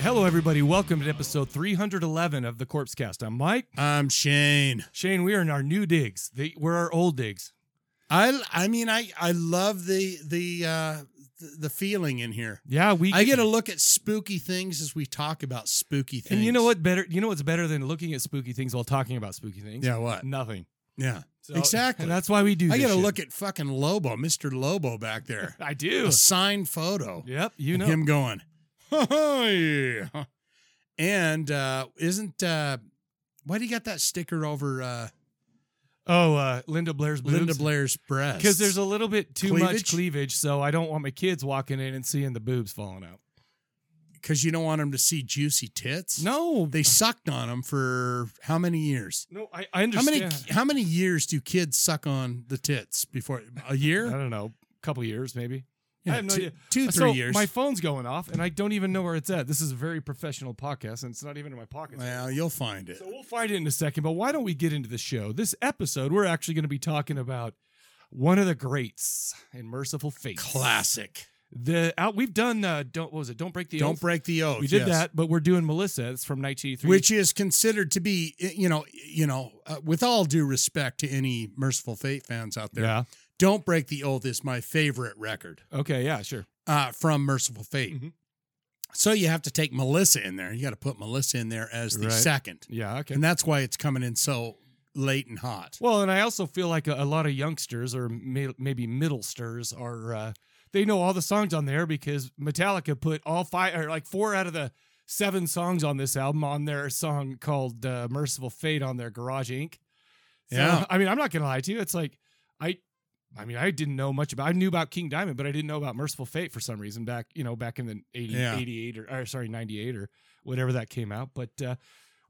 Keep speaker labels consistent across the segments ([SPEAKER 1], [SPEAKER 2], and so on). [SPEAKER 1] Hello, everybody. Welcome to episode 311 of the Corpse Cast. I'm Mike.
[SPEAKER 2] I'm Shane.
[SPEAKER 1] Shane, we are in our new digs. They, we're our old digs.
[SPEAKER 2] I I mean I I love the the uh the, the feeling in here.
[SPEAKER 1] Yeah, we.
[SPEAKER 2] I get a look at spooky things as we talk about spooky things.
[SPEAKER 1] And you know what? Better. You know what's better than looking at spooky things while talking about spooky things?
[SPEAKER 2] Yeah, what?
[SPEAKER 1] Nothing.
[SPEAKER 2] Yeah.
[SPEAKER 1] So-
[SPEAKER 2] Exactly.
[SPEAKER 1] And that's why we do. this
[SPEAKER 2] I get a
[SPEAKER 1] shit.
[SPEAKER 2] look at fucking Lobo, Mr. Lobo back there.
[SPEAKER 1] I do.
[SPEAKER 2] a signed photo.
[SPEAKER 1] Yep. You
[SPEAKER 2] and
[SPEAKER 1] know.
[SPEAKER 2] him going. yeah. And uh isn't uh why do you got that sticker over uh
[SPEAKER 1] Oh, uh, Linda Blair's boobs.
[SPEAKER 2] Linda Blair's breast?
[SPEAKER 1] Because there's a little bit too much
[SPEAKER 2] Cleavage?
[SPEAKER 1] cleavage, so I don't want my kids walking in and seeing the boobs falling out.
[SPEAKER 2] because you don't want them to see juicy tits.
[SPEAKER 1] No.
[SPEAKER 2] They sucked on them for how many years?
[SPEAKER 1] no, I, I
[SPEAKER 2] How many
[SPEAKER 1] understand.
[SPEAKER 2] how many years do kids suck on the tits before a year?
[SPEAKER 1] I don't know. Couple years, maybe.
[SPEAKER 2] Yeah,
[SPEAKER 1] have no
[SPEAKER 2] two,
[SPEAKER 1] idea. Uh,
[SPEAKER 2] two, three
[SPEAKER 1] so
[SPEAKER 2] years.
[SPEAKER 1] My phone's going off, and I don't even know where it's at. This is a very professional podcast, and it's not even in my pocket.
[SPEAKER 2] well, you'll find it.
[SPEAKER 1] So we'll find it in a second. But why don't we get into the show? This episode, we're actually going to be talking about one of the greats in Merciful Fate.
[SPEAKER 2] Classic.
[SPEAKER 1] The out we've done. Uh, don't what was it? Don't break the.
[SPEAKER 2] Don't
[SPEAKER 1] Oath.
[SPEAKER 2] break the oath.
[SPEAKER 1] We did
[SPEAKER 2] yes.
[SPEAKER 1] that, but we're doing Melissa. It's from 1983.
[SPEAKER 2] which is considered to be, you know, you know, uh, with all due respect to any Merciful Fate fans out there,
[SPEAKER 1] yeah.
[SPEAKER 2] "Don't Break the Oath" is my favorite record
[SPEAKER 1] Okay. Yeah. Sure.
[SPEAKER 2] uh, from Merciful Fate.
[SPEAKER 1] Mhm.
[SPEAKER 2] So you have to take Melissa in there. You got to put Melissa in there as the
[SPEAKER 1] Right.
[SPEAKER 2] second.
[SPEAKER 1] Yeah. Okay.
[SPEAKER 2] and that's why it's coming in so late and hot.
[SPEAKER 1] Well, and I also feel like a, a lot of youngsters or may, maybe middlesters are uh, they know all the songs on there because Metallica put all five or like four out of the seven songs on this album on their song called uh, "Merciful Fate" on their Garage Inc. So,
[SPEAKER 2] Yeah.
[SPEAKER 1] I mean, I'm not gonna lie to you. It's like I, I mean, I didn't know much about. I knew about King Diamond, but I didn't know about Merciful Fate for some reason back you know back in the 80,
[SPEAKER 2] Yeah.
[SPEAKER 1] 88 or, or sorry 98 or whatever that came out. But uh,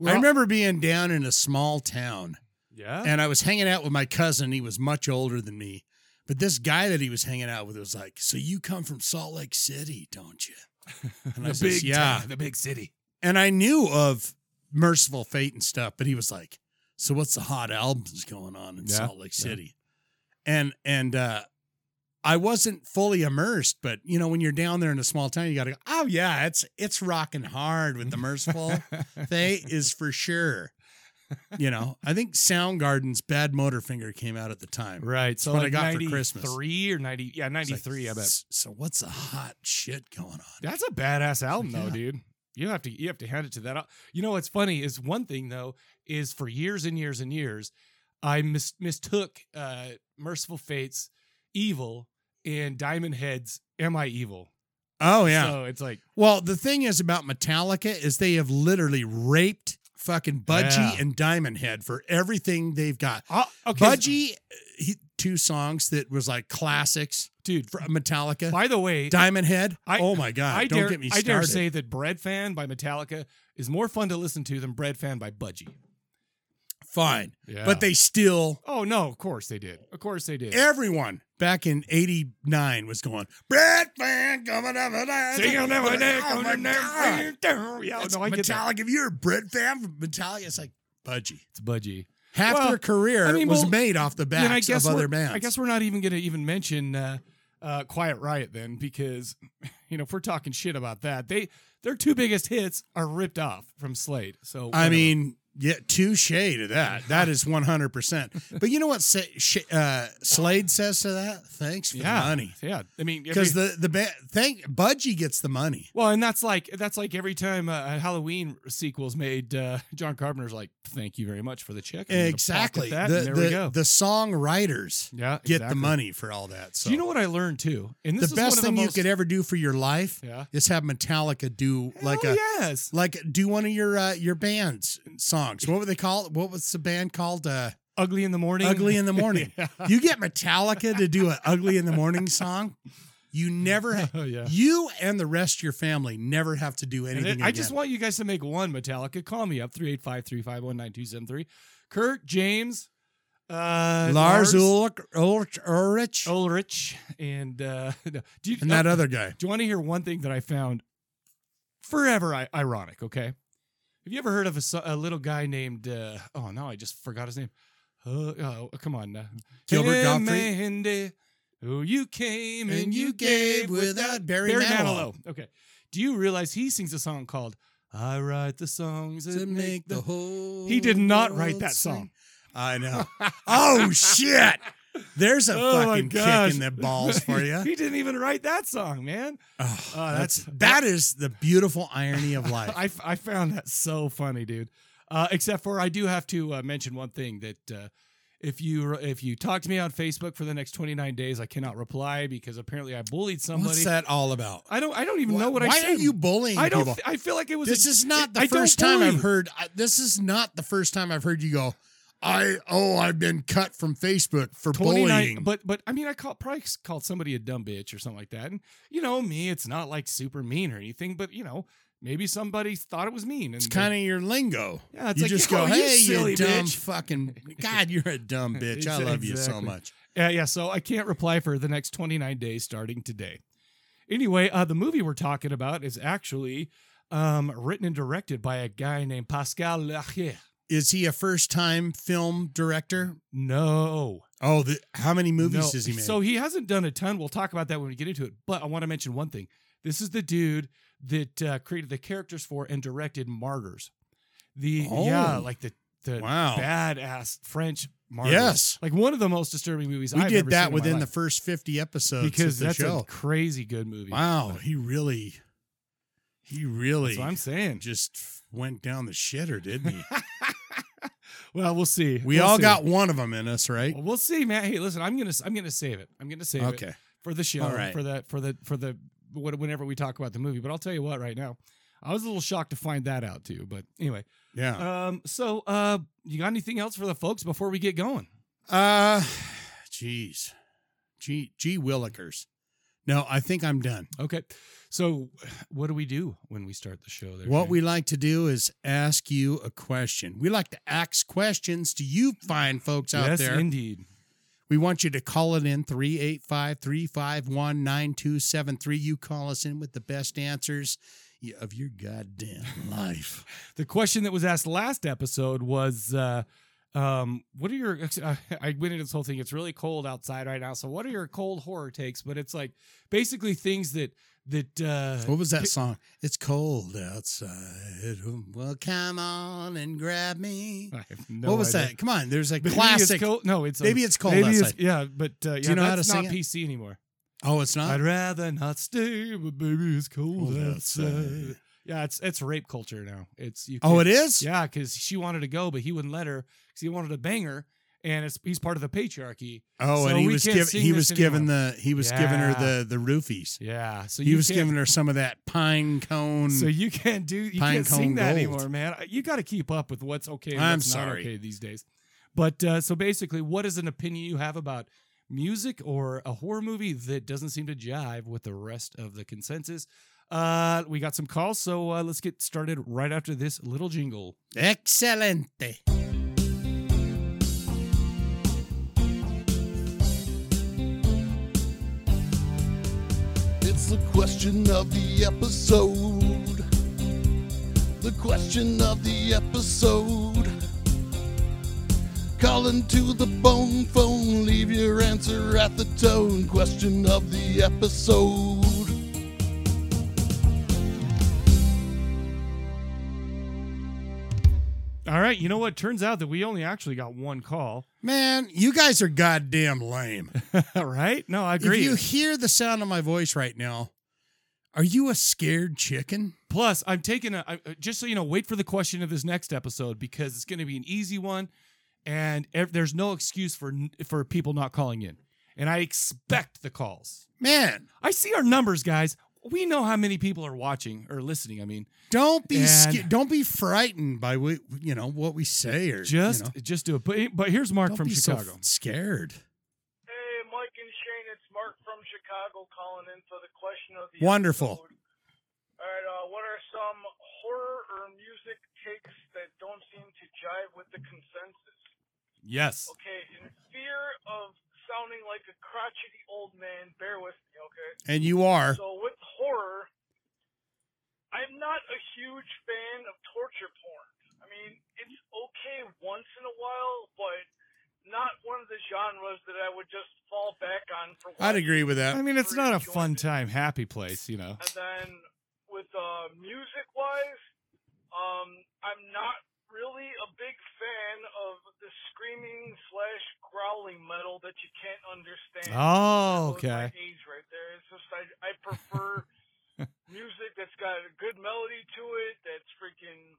[SPEAKER 1] we're
[SPEAKER 2] I
[SPEAKER 1] all-
[SPEAKER 2] remember being down in a small town
[SPEAKER 1] yeah,
[SPEAKER 2] and I was hanging out with my cousin. He was much older than me. But this guy that he was hanging out with was like, So you come from Salt Lake City, don't you? And I says, Yeah.
[SPEAKER 1] town, the big city.
[SPEAKER 2] And I knew of Merciful Fate and stuff, but he was like, So what's the hot albums going on in
[SPEAKER 1] Yeah,
[SPEAKER 2] Salt Lake
[SPEAKER 1] yeah.
[SPEAKER 2] City? And and uh I wasn't fully immersed, but you know, when you're down there in a small town, you gotta go, Oh yeah, it's it's rocking hard with the merciful Faye is for sure. You know, I think Soundgarden's Bad Motorfinger came out at the time.
[SPEAKER 1] Right. So
[SPEAKER 2] what I
[SPEAKER 1] like
[SPEAKER 2] got for
[SPEAKER 1] 93
[SPEAKER 2] Christmas.
[SPEAKER 1] or 90. Yeah,
[SPEAKER 2] It's like,
[SPEAKER 1] 93, I bet.
[SPEAKER 2] "S- So what's the hot shit going on?
[SPEAKER 1] That's a badass album though,
[SPEAKER 2] Yeah.
[SPEAKER 1] dude. You have to you have to hand it to that. al- You know what's funny is one thing though is for years and years and years I mis- mistook uh Merciful Fate's Evil and Diamond Head's Am I Evil?
[SPEAKER 2] Oh yeah.
[SPEAKER 1] So it's like
[SPEAKER 2] well, the thing is about Metallica is they have literally raped fucking Budgie
[SPEAKER 1] Yeah.
[SPEAKER 2] and Diamond Head for everything they've got.
[SPEAKER 1] oh, okay.
[SPEAKER 2] Ah, Budgie, he, two songs that was like classics
[SPEAKER 1] dude.
[SPEAKER 2] from Metallica.
[SPEAKER 1] By the way,
[SPEAKER 2] Diamond Head.
[SPEAKER 1] I-
[SPEAKER 2] oh my god!
[SPEAKER 1] I
[SPEAKER 2] don't
[SPEAKER 1] dare
[SPEAKER 2] get me
[SPEAKER 1] I
[SPEAKER 2] started.
[SPEAKER 1] dare say that Bread Fan by Metallica is more fun to listen to than Bread Fan by Budgie.
[SPEAKER 2] Fine,
[SPEAKER 1] Yeah.
[SPEAKER 2] but they still
[SPEAKER 1] Oh no, of course they did. Of course they did.
[SPEAKER 2] everyone back in '89 was going Brad Fan coming up and I-
[SPEAKER 1] Sing on that one, that
[SPEAKER 2] Oh
[SPEAKER 1] on
[SPEAKER 2] my
[SPEAKER 1] that
[SPEAKER 2] god!
[SPEAKER 1] one, down. Yeah,
[SPEAKER 2] It's
[SPEAKER 1] Oh, no, I get that.
[SPEAKER 2] Metallica. If you're a Brad Fan from Metallica, it's like Budgie.
[SPEAKER 1] It's budgie.
[SPEAKER 2] Half
[SPEAKER 1] Well,
[SPEAKER 2] their career
[SPEAKER 1] I mean,
[SPEAKER 2] was
[SPEAKER 1] well,
[SPEAKER 2] made off the
[SPEAKER 1] Then I
[SPEAKER 2] backs
[SPEAKER 1] guess
[SPEAKER 2] of other
[SPEAKER 1] we're-
[SPEAKER 2] bands.
[SPEAKER 1] I guess we're not even going to even mention uh, uh, Quiet Riot then, because you know if we're talking shit about that, they their two biggest hits are ripped off from Slade. So
[SPEAKER 2] I
[SPEAKER 1] whatever.
[SPEAKER 2] mean, Yeah, touche to that. That is 100%. But you know what Sa- Sh- uh, Slade says to that? Thanks for
[SPEAKER 1] Yeah.
[SPEAKER 2] the money.
[SPEAKER 1] Yeah, I mean,
[SPEAKER 2] Because
[SPEAKER 1] every-
[SPEAKER 2] the, the ba- thank Budgie gets the money.
[SPEAKER 1] well, and that's like that's like every time uh, a Halloween sequel's made, uh, John Carpenter's like, "Thank you very much for the check." I'm gonna pocket
[SPEAKER 2] Exactly.
[SPEAKER 1] that,
[SPEAKER 2] the,
[SPEAKER 1] and there
[SPEAKER 2] the,
[SPEAKER 1] we go.
[SPEAKER 2] the songwriters
[SPEAKER 1] yeah,
[SPEAKER 2] get the
[SPEAKER 1] exactly.
[SPEAKER 2] money for all that. So
[SPEAKER 1] Do you know what I learned too? And
[SPEAKER 2] the
[SPEAKER 1] this is one
[SPEAKER 2] best
[SPEAKER 1] of
[SPEAKER 2] thing you
[SPEAKER 1] most-
[SPEAKER 2] could ever do for your life
[SPEAKER 1] Yeah.
[SPEAKER 2] is have Metallica do like
[SPEAKER 1] Hell
[SPEAKER 2] a
[SPEAKER 1] yes.
[SPEAKER 2] like do one of your uh, your band's songs. What were they called? What was the band called? Uh,
[SPEAKER 1] Ugly in the morning.
[SPEAKER 2] Ugly in the morning.
[SPEAKER 1] Yeah.
[SPEAKER 2] You get Metallica to do an Ugly in the Morning song. You never,
[SPEAKER 1] Oh, yeah.
[SPEAKER 2] you and the rest of your family never have to do
[SPEAKER 1] And
[SPEAKER 2] anything.
[SPEAKER 1] it- I just
[SPEAKER 2] again.
[SPEAKER 1] want you guys to make one Metallica. Call me up 385 351 9273. Kurt, James, uh, Oh,
[SPEAKER 2] Lars Ulrich, Ulrich, Ulrich
[SPEAKER 1] Ulrich, and uh, no. do, you,
[SPEAKER 2] and that other guy.
[SPEAKER 1] do you want to hear one thing that I found forever I- ironic? Okay. Have you ever heard of a, so- a little guy named, uh, oh, no, I just forgot his name. Uh, oh, come on. Now.
[SPEAKER 2] Gilbert
[SPEAKER 1] Hey,
[SPEAKER 2] Gottfried.
[SPEAKER 1] Mandy, who you came and, you gave without
[SPEAKER 2] Barry,
[SPEAKER 1] Barry
[SPEAKER 2] Manilow.
[SPEAKER 1] Manilow. Okay. Do you realize he sings a song called "I Write the Songs
[SPEAKER 2] To make the whole.
[SPEAKER 1] He did not write
[SPEAKER 2] world
[SPEAKER 1] that
[SPEAKER 2] sing.
[SPEAKER 1] song.
[SPEAKER 2] I know. Oh shit! There's a
[SPEAKER 1] Oh, my
[SPEAKER 2] fucking kick
[SPEAKER 1] gosh.
[SPEAKER 2] in the balls for you.
[SPEAKER 1] he didn't even write that song, man.
[SPEAKER 2] Oh,
[SPEAKER 1] Oh,
[SPEAKER 2] that's
[SPEAKER 1] that's-
[SPEAKER 2] that is the beautiful irony of life.
[SPEAKER 1] I, I found that so funny, dude. Uh, except for I do have to uh, mention one thing that uh, if you if you talk to me on Facebook for the next 29 days, I cannot reply because apparently I bullied somebody.
[SPEAKER 2] What's that all about?
[SPEAKER 1] I don't I don't even know what
[SPEAKER 2] Why
[SPEAKER 1] I said.
[SPEAKER 2] are you bullying
[SPEAKER 1] I don't.
[SPEAKER 2] people?
[SPEAKER 1] th- I feel like it was.
[SPEAKER 2] this
[SPEAKER 1] a-
[SPEAKER 2] is not the
[SPEAKER 1] I don't
[SPEAKER 2] first time
[SPEAKER 1] bully.
[SPEAKER 2] I've heard. I, this is not the first time I've heard you go. I oh I've been cut from Facebook for
[SPEAKER 1] 29
[SPEAKER 2] bullying.
[SPEAKER 1] but but i mean i called probably called somebody a dumb bitch or something like that and you know me it's not like super mean or anything but you know maybe somebody thought it was mean and
[SPEAKER 2] it's kind of your lingo.
[SPEAKER 1] yeah it's
[SPEAKER 2] you
[SPEAKER 1] like,
[SPEAKER 2] just
[SPEAKER 1] "Oh,
[SPEAKER 2] go, hey, you,
[SPEAKER 1] silly
[SPEAKER 2] dumb
[SPEAKER 1] bitch."
[SPEAKER 2] fucking God, you're a dumb bitch. I love you so
[SPEAKER 1] Exactly.
[SPEAKER 2] much.
[SPEAKER 1] yeah yeah so i can't reply for the next 29 days starting today anyway uh the movie we're talking about is actually um written and directed by a guy named pascal lachier
[SPEAKER 2] Is he a first time film director?
[SPEAKER 1] no
[SPEAKER 2] Oh, the, how many movies
[SPEAKER 1] No,
[SPEAKER 2] has he made?
[SPEAKER 1] So he hasn't done a ton. We'll talk about that when we get into it. But I want to mention one thing. This is the dude that uh, created the characters for and directed Martyrs. The yeah,
[SPEAKER 2] Oh.
[SPEAKER 1] like the the
[SPEAKER 2] wow.
[SPEAKER 1] badass French martyrs.
[SPEAKER 2] Yes.
[SPEAKER 1] like one of the most disturbing movies.
[SPEAKER 2] We
[SPEAKER 1] I've
[SPEAKER 2] did
[SPEAKER 1] ever seen
[SPEAKER 2] that
[SPEAKER 1] in my
[SPEAKER 2] within the
[SPEAKER 1] life.
[SPEAKER 2] first 50 episodes
[SPEAKER 1] because
[SPEAKER 2] of the
[SPEAKER 1] that's
[SPEAKER 2] show.
[SPEAKER 1] a crazy good movie.
[SPEAKER 2] Wow, he really, he really
[SPEAKER 1] that's what I'm saying.
[SPEAKER 2] just went down the shitter, didn't he?
[SPEAKER 1] Well, we'll see.
[SPEAKER 2] We
[SPEAKER 1] We'll
[SPEAKER 2] all
[SPEAKER 1] see.
[SPEAKER 2] got one of them in us, right?
[SPEAKER 1] Well, we'll see, man. Hey, listen, I'm gonna I'm gonna save it. I'm gonna save it.
[SPEAKER 2] Okay.
[SPEAKER 1] for the show
[SPEAKER 2] All right.
[SPEAKER 1] for the for the for the what whenever we talk about the movie. But I'll tell you what, right now, I was a little shocked to find that out too. But anyway,
[SPEAKER 2] Yeah.
[SPEAKER 1] um, so uh, you got anything else for the folks before we get going?
[SPEAKER 2] Uh, jeez, gee, gee, Willikers. No, I think I'm done.
[SPEAKER 1] Okay, so what do we do when we start the show? There,
[SPEAKER 2] What
[SPEAKER 1] Jay?
[SPEAKER 2] we like to do is ask you a question. We like to ask questions to you fine folks out
[SPEAKER 1] yes,
[SPEAKER 2] there.
[SPEAKER 1] indeed.
[SPEAKER 2] We want you to call it in 385 351 9273. You call us in with the best answers y- of your goddamn life.
[SPEAKER 1] The question that was asked last episode was. Uh, um, what are your? I went into this whole thing. It's really cold outside right now. So, what are your cold horror takes? But it's like basically things that that uh,
[SPEAKER 2] What was that song? It's cold outside. Well, come on and grab me.
[SPEAKER 1] I have Uh, no
[SPEAKER 2] what was
[SPEAKER 1] idea.
[SPEAKER 2] that? Come on. There's a
[SPEAKER 1] Maybe it's
[SPEAKER 2] classic.
[SPEAKER 1] cold- no, it's
[SPEAKER 2] Maybe it's cold
[SPEAKER 1] maybe
[SPEAKER 2] outside.
[SPEAKER 1] it's, yeah, but uh, yeah,
[SPEAKER 2] you know how
[SPEAKER 1] that's
[SPEAKER 2] to sing
[SPEAKER 1] not
[SPEAKER 2] it?
[SPEAKER 1] PC anymore.
[SPEAKER 2] oh, it's not?
[SPEAKER 1] I'd rather not stay, but baby, it's cold
[SPEAKER 2] Cold
[SPEAKER 1] outside.
[SPEAKER 2] outside.
[SPEAKER 1] Yeah, it's it's rape culture now. It's you.
[SPEAKER 2] Oh,
[SPEAKER 1] can't-
[SPEAKER 2] it is?
[SPEAKER 1] yeah, because she wanted to go, but he wouldn't let her because he wanted to bang her, and it's he's part of the patriarchy.
[SPEAKER 2] Oh,
[SPEAKER 1] So
[SPEAKER 2] and he
[SPEAKER 1] we
[SPEAKER 2] was
[SPEAKER 1] can't
[SPEAKER 2] giving
[SPEAKER 1] sing
[SPEAKER 2] he
[SPEAKER 1] this
[SPEAKER 2] was giving the he was giving her
[SPEAKER 1] Yeah.
[SPEAKER 2] the the roofies.
[SPEAKER 1] Yeah, so
[SPEAKER 2] He
[SPEAKER 1] you
[SPEAKER 2] was
[SPEAKER 1] can't-
[SPEAKER 2] giving her some of that pine cone.
[SPEAKER 1] So you can't do you
[SPEAKER 2] Pine
[SPEAKER 1] can't
[SPEAKER 2] cone
[SPEAKER 1] sing that
[SPEAKER 2] gold.
[SPEAKER 1] anymore, man. You got to keep up with what's okay and
[SPEAKER 2] I'm
[SPEAKER 1] what's
[SPEAKER 2] sorry.
[SPEAKER 1] not okay these days. But uh, so basically, what is an opinion you have about music or a horror movie that doesn't seem to jive with the rest of the consensus? Uh, we got some calls, so uh, let's get started right after this little jingle.
[SPEAKER 2] Excelente.
[SPEAKER 3] It's the question of the episode. The question of the episode. Calling to the bone phone, leave your answer at the tone. Question of the episode.
[SPEAKER 1] All right. You know what? Turns out that we only actually got one call.
[SPEAKER 2] Man, you guys are goddamn lame.
[SPEAKER 1] right? No, I agree.
[SPEAKER 2] If you hear the sound of my voice right now, are you a scared chicken?
[SPEAKER 1] Plus, I'm taking a I, uh, just so you know. Wait for the question of this next episode because it's going to be an easy one, and ev- there's no excuse for n- for people not calling in. And I expect the calls.
[SPEAKER 2] Man,
[SPEAKER 1] I see our numbers, guys. We know how many people are watching or listening. I mean,
[SPEAKER 2] don't be
[SPEAKER 1] And-
[SPEAKER 2] sca- don't be frightened by we, you know what we say or
[SPEAKER 1] just
[SPEAKER 2] you know,
[SPEAKER 1] just do it. But but here's Mark
[SPEAKER 2] don't
[SPEAKER 1] from
[SPEAKER 2] be so
[SPEAKER 1] Chicago.
[SPEAKER 2] f- scared.
[SPEAKER 4] Hey, Mike and Shane, it's Mark from Chicago calling in for the question of the
[SPEAKER 2] Wonderful.
[SPEAKER 4] episode. All right, uh, what are some horror or music takes that don't seem to jive with the consensus?
[SPEAKER 1] yes.
[SPEAKER 4] Okay, in fear of sounding like a crotchety old man, bear with me, okay?
[SPEAKER 2] And you are.
[SPEAKER 4] So with horror, I'm not a huge fan of torture porn. I mean, it's okay once in a while, but not one of the genres that I would just fall back on for.
[SPEAKER 2] I'd
[SPEAKER 4] watching.
[SPEAKER 2] agree with
[SPEAKER 1] I
[SPEAKER 2] that.
[SPEAKER 1] mean, it's not a fun time, happy place, you know.
[SPEAKER 4] And then with uh, music wise, um, I'm not really a big fan of the screaming slash growling metal that you can't understand.
[SPEAKER 1] Oh,
[SPEAKER 4] That was my
[SPEAKER 1] okay.
[SPEAKER 4] Age right there. It's just I, I prefer music that's got a good melody to it. That's freaking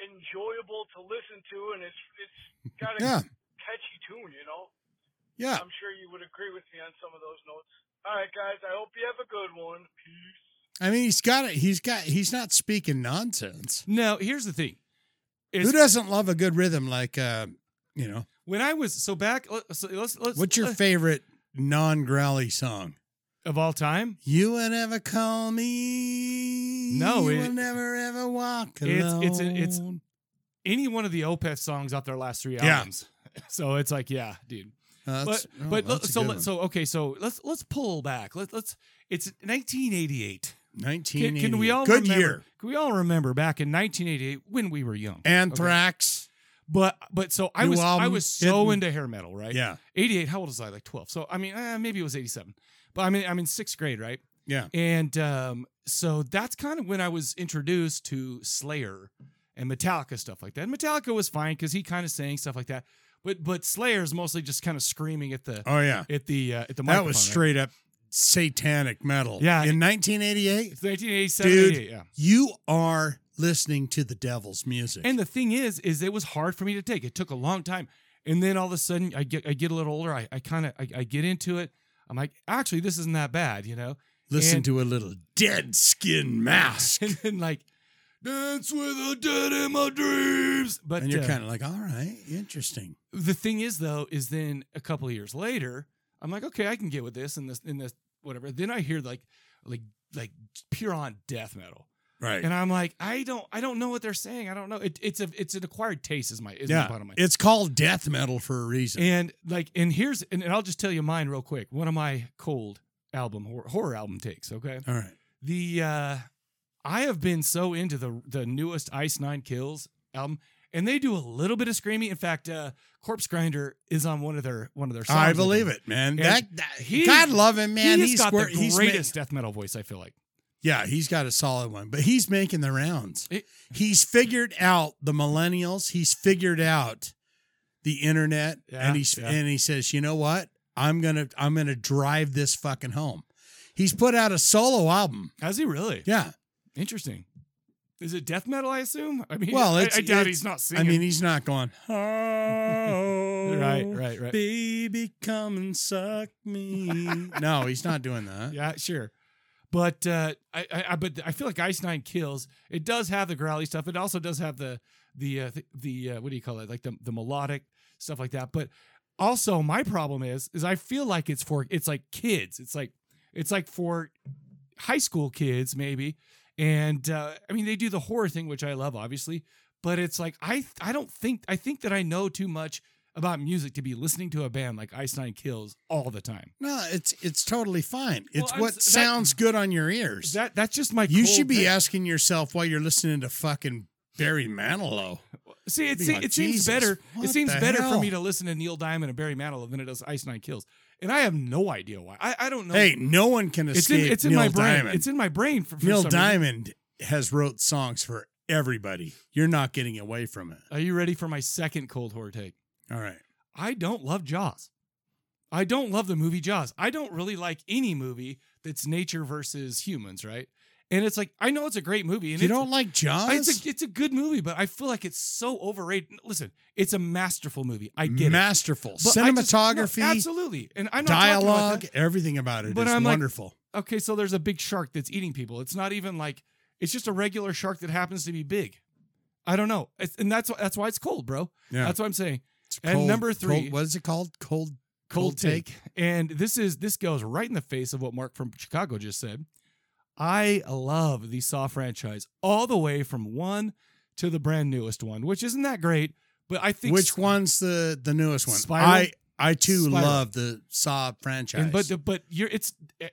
[SPEAKER 4] enjoyable to listen to, and it's it's got a
[SPEAKER 2] Yeah.
[SPEAKER 4] catchy tune. You know,
[SPEAKER 2] Yeah.
[SPEAKER 4] I'm sure you would agree with me on some of those notes. All right, guys. I hope you have a good one. Peace.
[SPEAKER 2] I mean, he's got it. He's got. He's not speaking nonsense.
[SPEAKER 1] No, here's the thing. It's-
[SPEAKER 2] Who doesn't love a good rhythm like uh, you know?
[SPEAKER 1] when I was so back, let- so let's let's.
[SPEAKER 2] What's your
[SPEAKER 1] let-
[SPEAKER 2] favorite non-growly song?
[SPEAKER 1] of all time?
[SPEAKER 2] You will never call me.
[SPEAKER 1] No,
[SPEAKER 2] you
[SPEAKER 1] it-
[SPEAKER 2] will never ever walk
[SPEAKER 1] It's-
[SPEAKER 2] alone.
[SPEAKER 1] it's- it's- Any one of the Opeth songs off their last three
[SPEAKER 2] Yeah.
[SPEAKER 1] albums. So it's like, yeah, dude. But
[SPEAKER 2] Uh, that's- oh,
[SPEAKER 1] but
[SPEAKER 2] that's a
[SPEAKER 1] so
[SPEAKER 2] good
[SPEAKER 1] let,
[SPEAKER 2] one.
[SPEAKER 1] so okay, so let's let's pull back. Let's let's. It's 1988. Can,
[SPEAKER 2] 1980.
[SPEAKER 1] can we all
[SPEAKER 2] good
[SPEAKER 1] remember,
[SPEAKER 2] year?
[SPEAKER 1] Can we all remember back in 1988 when we were young?
[SPEAKER 2] Anthrax.
[SPEAKER 1] But but so I
[SPEAKER 2] New
[SPEAKER 1] was I
[SPEAKER 2] album,
[SPEAKER 1] was so
[SPEAKER 2] hidden.
[SPEAKER 1] into hair metal, right?
[SPEAKER 2] Yeah,
[SPEAKER 1] 88. How old was I? Like 12. So I mean, eh, maybe it was 87. But I mean, I'm in sixth grade, right?
[SPEAKER 2] yeah.
[SPEAKER 1] And um, so that's kind of when I was introduced to Slayer and Metallica stuff like that. And Metallica was fine because he kind of sang stuff like that. But but Slayer's mostly just kind of screaming at the
[SPEAKER 2] Oh yeah,
[SPEAKER 1] at the uh, at the
[SPEAKER 2] that
[SPEAKER 1] microphone, right?
[SPEAKER 2] was straight up satanic metal.
[SPEAKER 1] Yeah.
[SPEAKER 2] in 1988,
[SPEAKER 1] It's 1987,
[SPEAKER 2] Dude.
[SPEAKER 1] 88, yeah.
[SPEAKER 2] you are listening to the devil's music.
[SPEAKER 1] And the thing is, is it was hard for me to take. It took a long time, and then all of a sudden, I get I get a little older. I, I kind of I, I get into it. I'm like, actually, this isn't that bad, you know.
[SPEAKER 2] Listen
[SPEAKER 1] and-
[SPEAKER 2] to a little dead skin mask,
[SPEAKER 1] And then like, dance with the dead in my dreams. But
[SPEAKER 2] and you're
[SPEAKER 1] uh,
[SPEAKER 2] kind of like, all right, interesting.
[SPEAKER 1] the thing is though is then a couple of years later i'm like okay i can get with this and this and this whatever then i hear like like like pure on death metal
[SPEAKER 2] Right.
[SPEAKER 1] and i'm like i don't i don't know what they're saying i don't know it, it's a it's an acquired taste is my is my
[SPEAKER 2] yeah,
[SPEAKER 1] bottom line
[SPEAKER 2] it's called death metal for a reason.
[SPEAKER 1] and like and here's and, and i'll just tell you mine real quick one of my cold album horror, horror album takes okay
[SPEAKER 2] All right.
[SPEAKER 1] the uh I have been so into the the newest Ice Nine Kills album, and they do a little bit of screaming. In fact, uh Corpse Grinder is on one of their one of their songs.
[SPEAKER 2] I believe it, man.
[SPEAKER 1] And
[SPEAKER 2] That, that-
[SPEAKER 1] he-
[SPEAKER 2] God love him, man.
[SPEAKER 1] Man, he's
[SPEAKER 2] he's
[SPEAKER 1] got
[SPEAKER 2] squir-
[SPEAKER 1] the
[SPEAKER 2] he's ma-
[SPEAKER 1] greatest death metal voice. I feel like
[SPEAKER 2] yeah, he's got a solid one, but he's making the rounds.
[SPEAKER 1] It-
[SPEAKER 2] he's figured out the millennials. He's figured out the internet,
[SPEAKER 1] Yeah,
[SPEAKER 2] and he's
[SPEAKER 1] yeah.
[SPEAKER 2] and he says, you know what? I'm gonna I'm gonna drive this fucking home. He's put out a solo album.
[SPEAKER 1] has he really?
[SPEAKER 2] Yeah,
[SPEAKER 1] Interesting. Is it death metal? I assume. I mean,
[SPEAKER 2] Well,
[SPEAKER 1] I-
[SPEAKER 2] it's-
[SPEAKER 1] I, doubt
[SPEAKER 2] it's-
[SPEAKER 1] he's not
[SPEAKER 2] I
[SPEAKER 1] singing.
[SPEAKER 2] mean, he's not going. Oh,
[SPEAKER 1] right, right, right.
[SPEAKER 2] baby, come and suck me. no, he's not doing that.
[SPEAKER 1] Yeah, sure. But uh, I, I, I, but I feel like Ice Nine Kills. It does have the growly stuff. It also does have the the uh, th- the uh, what do you call it? Like the the melodic stuff like that. But also, my problem is is I feel like it's for it's like kids. It's like it's like for high school kids maybe. And uh, I mean, they do the horror thing, which I love, obviously. But it's like I I don't think I think that I know too much about music to be listening to a band like Ice Nine Kills all the time.
[SPEAKER 2] No, it's it's totally fine.
[SPEAKER 1] Well,
[SPEAKER 2] It's
[SPEAKER 1] I'm
[SPEAKER 2] what
[SPEAKER 1] s- that-
[SPEAKER 2] sounds good on your ears.
[SPEAKER 1] That that's just my.
[SPEAKER 2] you
[SPEAKER 1] cold
[SPEAKER 2] should be
[SPEAKER 1] thing.
[SPEAKER 2] asking yourself while you're listening to fucking Barry Manilow.
[SPEAKER 1] See, it,
[SPEAKER 2] Be
[SPEAKER 1] se-
[SPEAKER 2] like,
[SPEAKER 1] it seems
[SPEAKER 2] "Jesus,
[SPEAKER 1] better. It
[SPEAKER 2] what
[SPEAKER 1] seems
[SPEAKER 2] the
[SPEAKER 1] better for
[SPEAKER 2] hell?"
[SPEAKER 1] me to listen to Neil Diamond and Barry Manilow than it does Ice Nine Kills, and I have no idea why. I, I don't know.
[SPEAKER 2] Hey, no one can
[SPEAKER 1] it's
[SPEAKER 2] escape
[SPEAKER 1] in it's in
[SPEAKER 2] Neil
[SPEAKER 1] my brain.
[SPEAKER 2] Diamond.
[SPEAKER 1] It's in my brain for, for
[SPEAKER 2] Neil
[SPEAKER 1] some reason.
[SPEAKER 2] Diamond has wrote songs for everybody. You're not getting away from it.
[SPEAKER 1] Are you ready for my second cold horror take?
[SPEAKER 2] All right.
[SPEAKER 1] I don't love Jaws. I don't love the movie Jaws. I don't really like any movie that's nature versus humans, right? And it's like I know it's a great movie, and
[SPEAKER 2] you
[SPEAKER 1] it's,
[SPEAKER 2] don't like Jaws?
[SPEAKER 1] It's a, it's a good movie, but I feel like it's so overrated. Listen, it's a masterful movie. I get it.
[SPEAKER 2] Masterful
[SPEAKER 1] But I just- no,
[SPEAKER 2] cinematography,
[SPEAKER 1] absolutely, and I'm not talking about
[SPEAKER 2] dialogue,
[SPEAKER 1] that.
[SPEAKER 2] everything about it is
[SPEAKER 1] But I'm like-
[SPEAKER 2] wonderful.
[SPEAKER 1] Okay, so there's a big shark that's eating people. It's not even like it's just a regular shark that happens to be big. I don't know, it's, and that's why- that's why it's cold, bro.
[SPEAKER 2] yeah.
[SPEAKER 1] That's what I'm saying.
[SPEAKER 2] It's
[SPEAKER 1] and number three-
[SPEAKER 2] cold- what is it called? Cold.
[SPEAKER 1] cold,
[SPEAKER 2] Cold
[SPEAKER 1] take.
[SPEAKER 2] take.
[SPEAKER 1] And this is this goes right in the face of what Mark from Chicago just said. I love the Saw franchise all the way from one to the brand newest one, which isn't that great, but I think
[SPEAKER 2] Which one's the the newest one?
[SPEAKER 1] Spiral?
[SPEAKER 2] I I too
[SPEAKER 1] Spiral.
[SPEAKER 2] love the Saw franchise.
[SPEAKER 1] And, but but you're it's eh,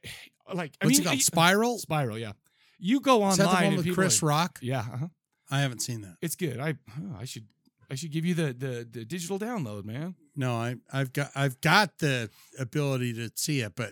[SPEAKER 1] like I
[SPEAKER 2] What's
[SPEAKER 1] mean
[SPEAKER 2] it called?
[SPEAKER 1] eh,
[SPEAKER 2] Spiral.
[SPEAKER 1] Spiral, yeah. You go online
[SPEAKER 2] Is that the
[SPEAKER 1] and
[SPEAKER 2] one with
[SPEAKER 1] people are-
[SPEAKER 2] Chris Rock?
[SPEAKER 1] Yeah, uh-huh.
[SPEAKER 2] I haven't seen that.
[SPEAKER 1] it's good. I huh, I should I should give you the the, the digital download, man.
[SPEAKER 2] No, I I've got I've got the ability to see it, but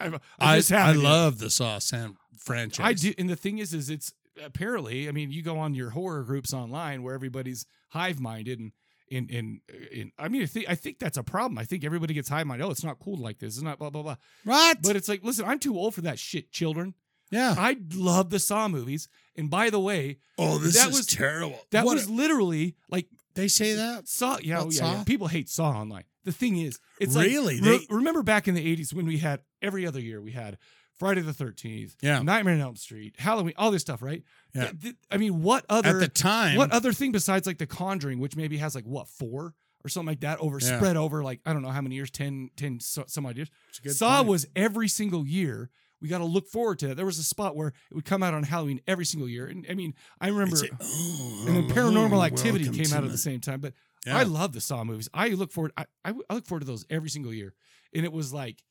[SPEAKER 1] I,
[SPEAKER 2] I
[SPEAKER 1] just
[SPEAKER 2] I
[SPEAKER 1] haven't yet.
[SPEAKER 2] love the Saw san- franchise.
[SPEAKER 1] I do, and the thing is, is it's apparently. I mean, you go on your horror groups online where everybody's hive minded, and in in in. I mean, I think I think that's a problem. I think everybody gets hive minded. Oh, it's not cool like this. It's not blah blah blah.
[SPEAKER 2] What?
[SPEAKER 1] But it's like, listen, I'm too old for that shit, children.
[SPEAKER 2] yeah.
[SPEAKER 1] I love the Saw movies, and by the way,
[SPEAKER 2] Oh,
[SPEAKER 1] this that is was-
[SPEAKER 2] terrible.
[SPEAKER 1] that was literally like
[SPEAKER 2] they say that.
[SPEAKER 1] Saw. Yeah, oh,
[SPEAKER 2] About
[SPEAKER 1] yeah,
[SPEAKER 2] Saw?
[SPEAKER 1] yeah. People hate Saw online. The thing is, it's
[SPEAKER 2] Really?
[SPEAKER 1] like re-
[SPEAKER 2] They-
[SPEAKER 1] remember back in the '80s when we had every other year we had Friday the 13th.
[SPEAKER 2] Yeah.
[SPEAKER 1] Nightmare on Elm Street, Halloween, all this stuff, right?
[SPEAKER 2] Yeah.
[SPEAKER 1] Th- th- I mean, what other
[SPEAKER 2] At the time,
[SPEAKER 1] what other thing besides like The Conjuring, which maybe has like what four or something like that over
[SPEAKER 2] Yeah.
[SPEAKER 1] spread over like I don't know how many years, 10, 10 so, some odd years.
[SPEAKER 2] It's a good
[SPEAKER 1] Saw
[SPEAKER 2] point.
[SPEAKER 1] was every single year. We got to look forward to that. There was a spot where it would come out on Halloween every single year, and I mean, I remember,
[SPEAKER 2] It's a- oh,
[SPEAKER 1] and then Paranormal
[SPEAKER 2] hello,
[SPEAKER 1] Activity
[SPEAKER 2] welcome
[SPEAKER 1] came
[SPEAKER 2] to
[SPEAKER 1] out at
[SPEAKER 2] my-
[SPEAKER 1] the same time. But
[SPEAKER 2] Yeah.
[SPEAKER 1] I love the Saw movies. I look forward. I, I I look forward to those every single year, and it was like,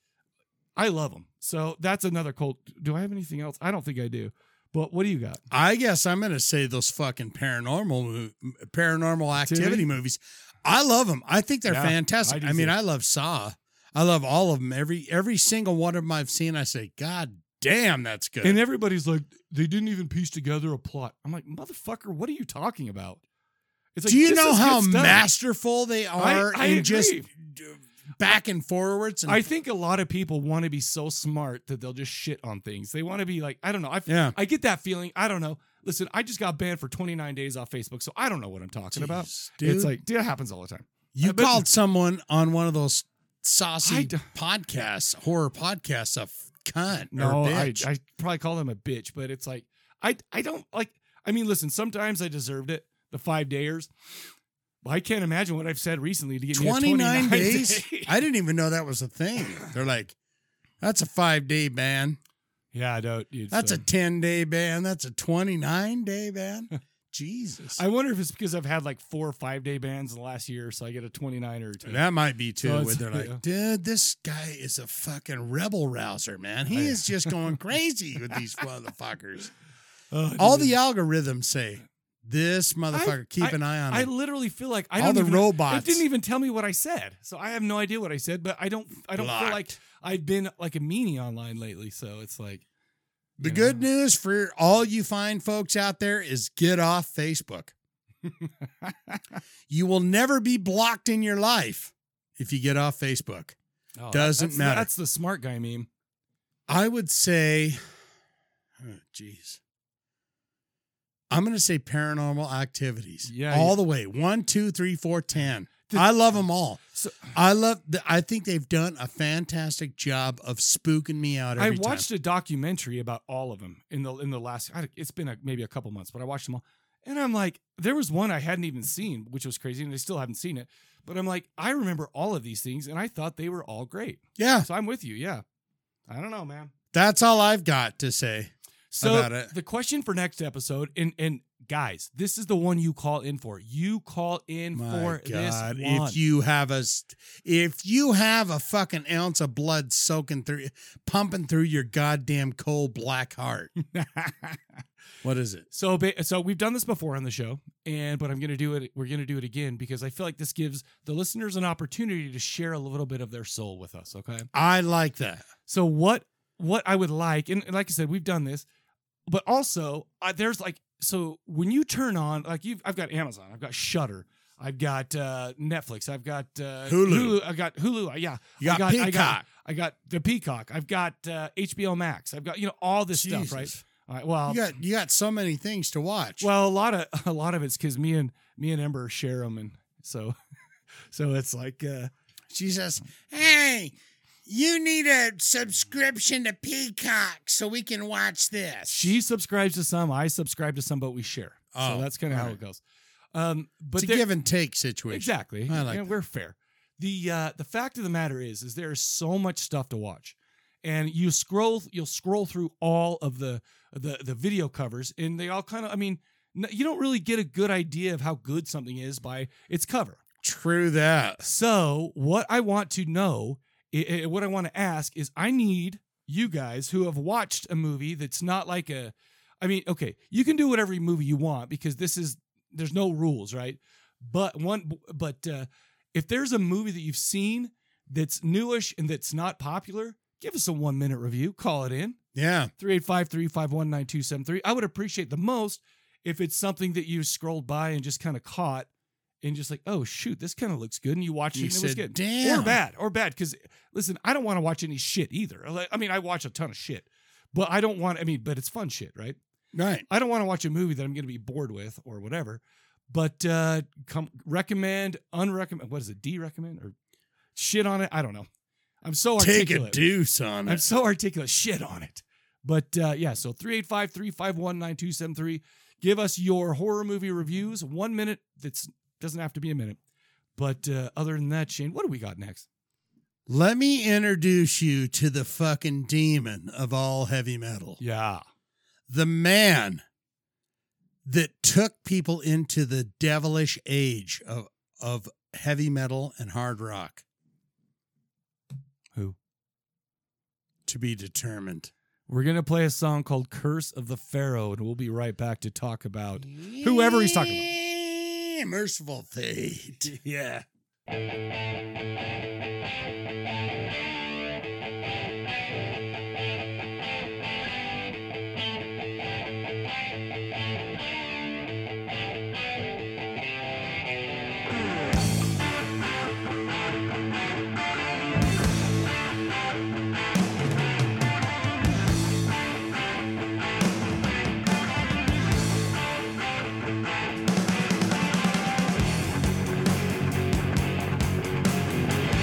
[SPEAKER 1] I love them. So that's another cult. Do I have anything else? I don't think I do. But what do you got?
[SPEAKER 2] I guess I'm gonna say those fucking paranormal mo- paranormal activity
[SPEAKER 1] Activity?
[SPEAKER 2] movies. I love them. I think they're
[SPEAKER 1] Yeah, I
[SPEAKER 2] fantastic.
[SPEAKER 1] do
[SPEAKER 2] I, mean,
[SPEAKER 1] too.
[SPEAKER 2] I love Saw. I love all of them. Every every single one of them I've seen, I say, God damn, that's good.
[SPEAKER 1] And everybody's like, they didn't even piece together a plot. I'm like, motherfucker, what are you talking about? It's
[SPEAKER 2] Do you
[SPEAKER 1] this
[SPEAKER 2] know
[SPEAKER 1] is good
[SPEAKER 2] how
[SPEAKER 1] stuff.
[SPEAKER 2] masterful they are
[SPEAKER 1] I
[SPEAKER 2] in just
[SPEAKER 1] agree.
[SPEAKER 2] back and forwards? And
[SPEAKER 1] I think a lot of people want to be so smart that they'll just shit on things. They want to be like, I don't know. I
[SPEAKER 2] Yeah.
[SPEAKER 1] I get that feeling. I don't know. Listen, I just got banned for 29 days off Facebook, so I don't know what I'm talking about.
[SPEAKER 2] Jeez, dude.
[SPEAKER 1] It's like, dude, it happens all the time.
[SPEAKER 2] you
[SPEAKER 1] I bet-
[SPEAKER 2] called someone on one of those
[SPEAKER 1] I
[SPEAKER 2] saucy
[SPEAKER 1] d-
[SPEAKER 2] podcasts, horror podcasts, a f- cunt
[SPEAKER 1] No,
[SPEAKER 2] or a
[SPEAKER 1] Oh, I,
[SPEAKER 2] bitch.
[SPEAKER 1] I probably call them a bitch, but it's like I I don't like. I mean, listen, sometimes I deserved it. The five dayers. I can't imagine what I've said recently to get me a
[SPEAKER 2] 29,
[SPEAKER 1] 29
[SPEAKER 2] days?
[SPEAKER 1] day.
[SPEAKER 2] I didn't even know that was a thing. They're like, that's a five day ban.
[SPEAKER 1] yeah, I don't. It's,
[SPEAKER 2] That's a
[SPEAKER 1] um,
[SPEAKER 2] 10 day ban. That's a 29 day ban. Jesus.
[SPEAKER 1] I wonder if it's because I've had like four or five day bans in the last year, so I get a 29 or two.
[SPEAKER 2] that might be too,
[SPEAKER 1] So
[SPEAKER 2] where
[SPEAKER 1] it's-
[SPEAKER 2] they're like,
[SPEAKER 1] yeah.
[SPEAKER 2] dude, this guy is a fucking rebel rouser, man. He
[SPEAKER 1] Yeah.
[SPEAKER 2] is just going crazy with these motherfuckers.
[SPEAKER 1] Oh,
[SPEAKER 2] All
[SPEAKER 1] dude.
[SPEAKER 2] the algorithms say, this motherfucker, keep
[SPEAKER 1] I-
[SPEAKER 2] an eye on
[SPEAKER 1] I
[SPEAKER 2] him.
[SPEAKER 1] literally feel like I
[SPEAKER 2] All
[SPEAKER 1] don't
[SPEAKER 2] the
[SPEAKER 1] even,
[SPEAKER 2] robots.
[SPEAKER 1] It didn't even tell me what I said, so I have no idea what I said. But I don't. I don't feel like
[SPEAKER 2] Blocked.
[SPEAKER 1] I've been like a meanie online lately. So it's like
[SPEAKER 2] The
[SPEAKER 1] you
[SPEAKER 2] good
[SPEAKER 1] know.
[SPEAKER 2] news for all you fine folks out there is get off Facebook. you will never be blocked in your life if you get off Facebook.
[SPEAKER 1] oh,
[SPEAKER 2] Doesn't
[SPEAKER 1] that's-
[SPEAKER 2] matter.
[SPEAKER 1] That's the smart guy meme.
[SPEAKER 2] I would say, oh, jeez. I'm going to say paranormal activities.
[SPEAKER 1] Yeah,
[SPEAKER 2] All
[SPEAKER 1] yeah.
[SPEAKER 2] the way. One, two, three, four, ten.
[SPEAKER 1] The-
[SPEAKER 2] I love them all.
[SPEAKER 1] So-
[SPEAKER 2] I love, the, I think they've done a fantastic job of spooking me out
[SPEAKER 1] I
[SPEAKER 2] every
[SPEAKER 1] watched a documentary about all of them in the in the last. I, it's been a, maybe a couple months, but I watched them all, and I'm like, there was one I hadn't even seen, which was crazy, and I still haven't seen it. But I'm like, I remember all of these things, and I thought they were all great.
[SPEAKER 2] Time. Yeah.
[SPEAKER 1] So I'm with you. Yeah, I don't know, man.
[SPEAKER 2] That's all I've got to say.
[SPEAKER 1] So
[SPEAKER 2] about it.
[SPEAKER 1] the question for next episode, and and guys, this is the one you call in for. You call in for this one.
[SPEAKER 2] if you have a st- if you have a fucking ounce of blood soaking through pumping through your goddamn cold black heart what is it
[SPEAKER 1] so ba- so we've done this before on the show, and but I'm gonna do it. We're gonna do it again because I feel like this gives the listeners an opportunity to share a little bit of their soul with us. Okay.
[SPEAKER 2] i like that
[SPEAKER 1] So what what I would like, and like I said, we've done this, but also uh, there's like so when you turn on like you have I've got Amazon, I've got Shutter, I've got uh, Netflix, I've got uh,
[SPEAKER 2] Hulu.
[SPEAKER 1] I've got Hulu. uh, Yeah,
[SPEAKER 2] You got,
[SPEAKER 1] I got
[SPEAKER 2] Peacock.
[SPEAKER 1] I got, I got the Peacock. I've got uh, HBO Max. I've got you know all this stuff, right?
[SPEAKER 2] Jesus.
[SPEAKER 1] All right. Well,
[SPEAKER 2] You got you got so many things to watch.
[SPEAKER 1] well, a lot of a lot of it's because me and me and Ember share them, and so so it's like uh,
[SPEAKER 2] she says, "Hey, you need a subscription to Peacock so we can watch this."
[SPEAKER 1] she subscribes to some, I subscribe to some, but we share.
[SPEAKER 2] Oh,
[SPEAKER 1] so that's kind of how
[SPEAKER 2] alright.
[SPEAKER 1] it goes. Um, but
[SPEAKER 2] it's a
[SPEAKER 1] there-
[SPEAKER 2] give and take situation.
[SPEAKER 1] Exactly.
[SPEAKER 2] I like
[SPEAKER 1] Yeah,
[SPEAKER 2] that.
[SPEAKER 1] we're fair. The uh, the fact of the matter is, is there is so much stuff to watch, and you scroll, you'll scroll through all of the the the video covers, and they all kind of, I mean, n- you don't really get a good idea of how good something is by its cover.
[SPEAKER 2] True that.
[SPEAKER 1] So what I want to know, i- i- what I want to ask is, I need you guys who have watched a movie that's not like a, I mean, okay, you can do whatever movie you want because this is there's no rules, right? But one, but uh, if there's a movie that you've seen that's newish and that's not popular, give us a one minute review. Call it in.
[SPEAKER 2] Yeah.
[SPEAKER 1] 385-351-9273. I would appreciate the most if it's something that you scrolled by and just kind of caught and just like, oh shoot, this kind of looks good. And you watched it
[SPEAKER 2] You
[SPEAKER 1] and it was
[SPEAKER 2] said,
[SPEAKER 1] good.
[SPEAKER 2] "Damn."
[SPEAKER 1] Or bad. Or bad. Because listen, I don't want to watch any shit either. Like, I mean, I watch a ton of shit. But I don't want I mean, but it's fun shit, right?
[SPEAKER 2] Right.
[SPEAKER 1] I don't want to watch a movie that I'm gonna be bored with or whatever. But uh come recommend, unrecommend what is it, de-recommend or shit on it? I don't know. I'm so
[SPEAKER 2] Take a
[SPEAKER 1] articulate.
[SPEAKER 2] deuce on
[SPEAKER 1] I'm
[SPEAKER 2] it.
[SPEAKER 1] so articulate. Shit on it. But uh, yeah, so 385 351 9273. Give us your horror movie reviews. One minute. That doesn't have to be a minute. But uh, other than that, Shane, what do we got next?
[SPEAKER 2] Let me introduce you to the fucking demon of all heavy metal.
[SPEAKER 1] Yeah.
[SPEAKER 2] the man that took people into the devilish age of of heavy metal and hard rock.
[SPEAKER 1] Who?
[SPEAKER 2] To be determined.
[SPEAKER 1] We're going to play a song called Curse of the Pharaoh, and we'll be right back to talk about whoever he's talking about.
[SPEAKER 2] about. Merciful fate.
[SPEAKER 1] Yeah.
[SPEAKER 5] Curse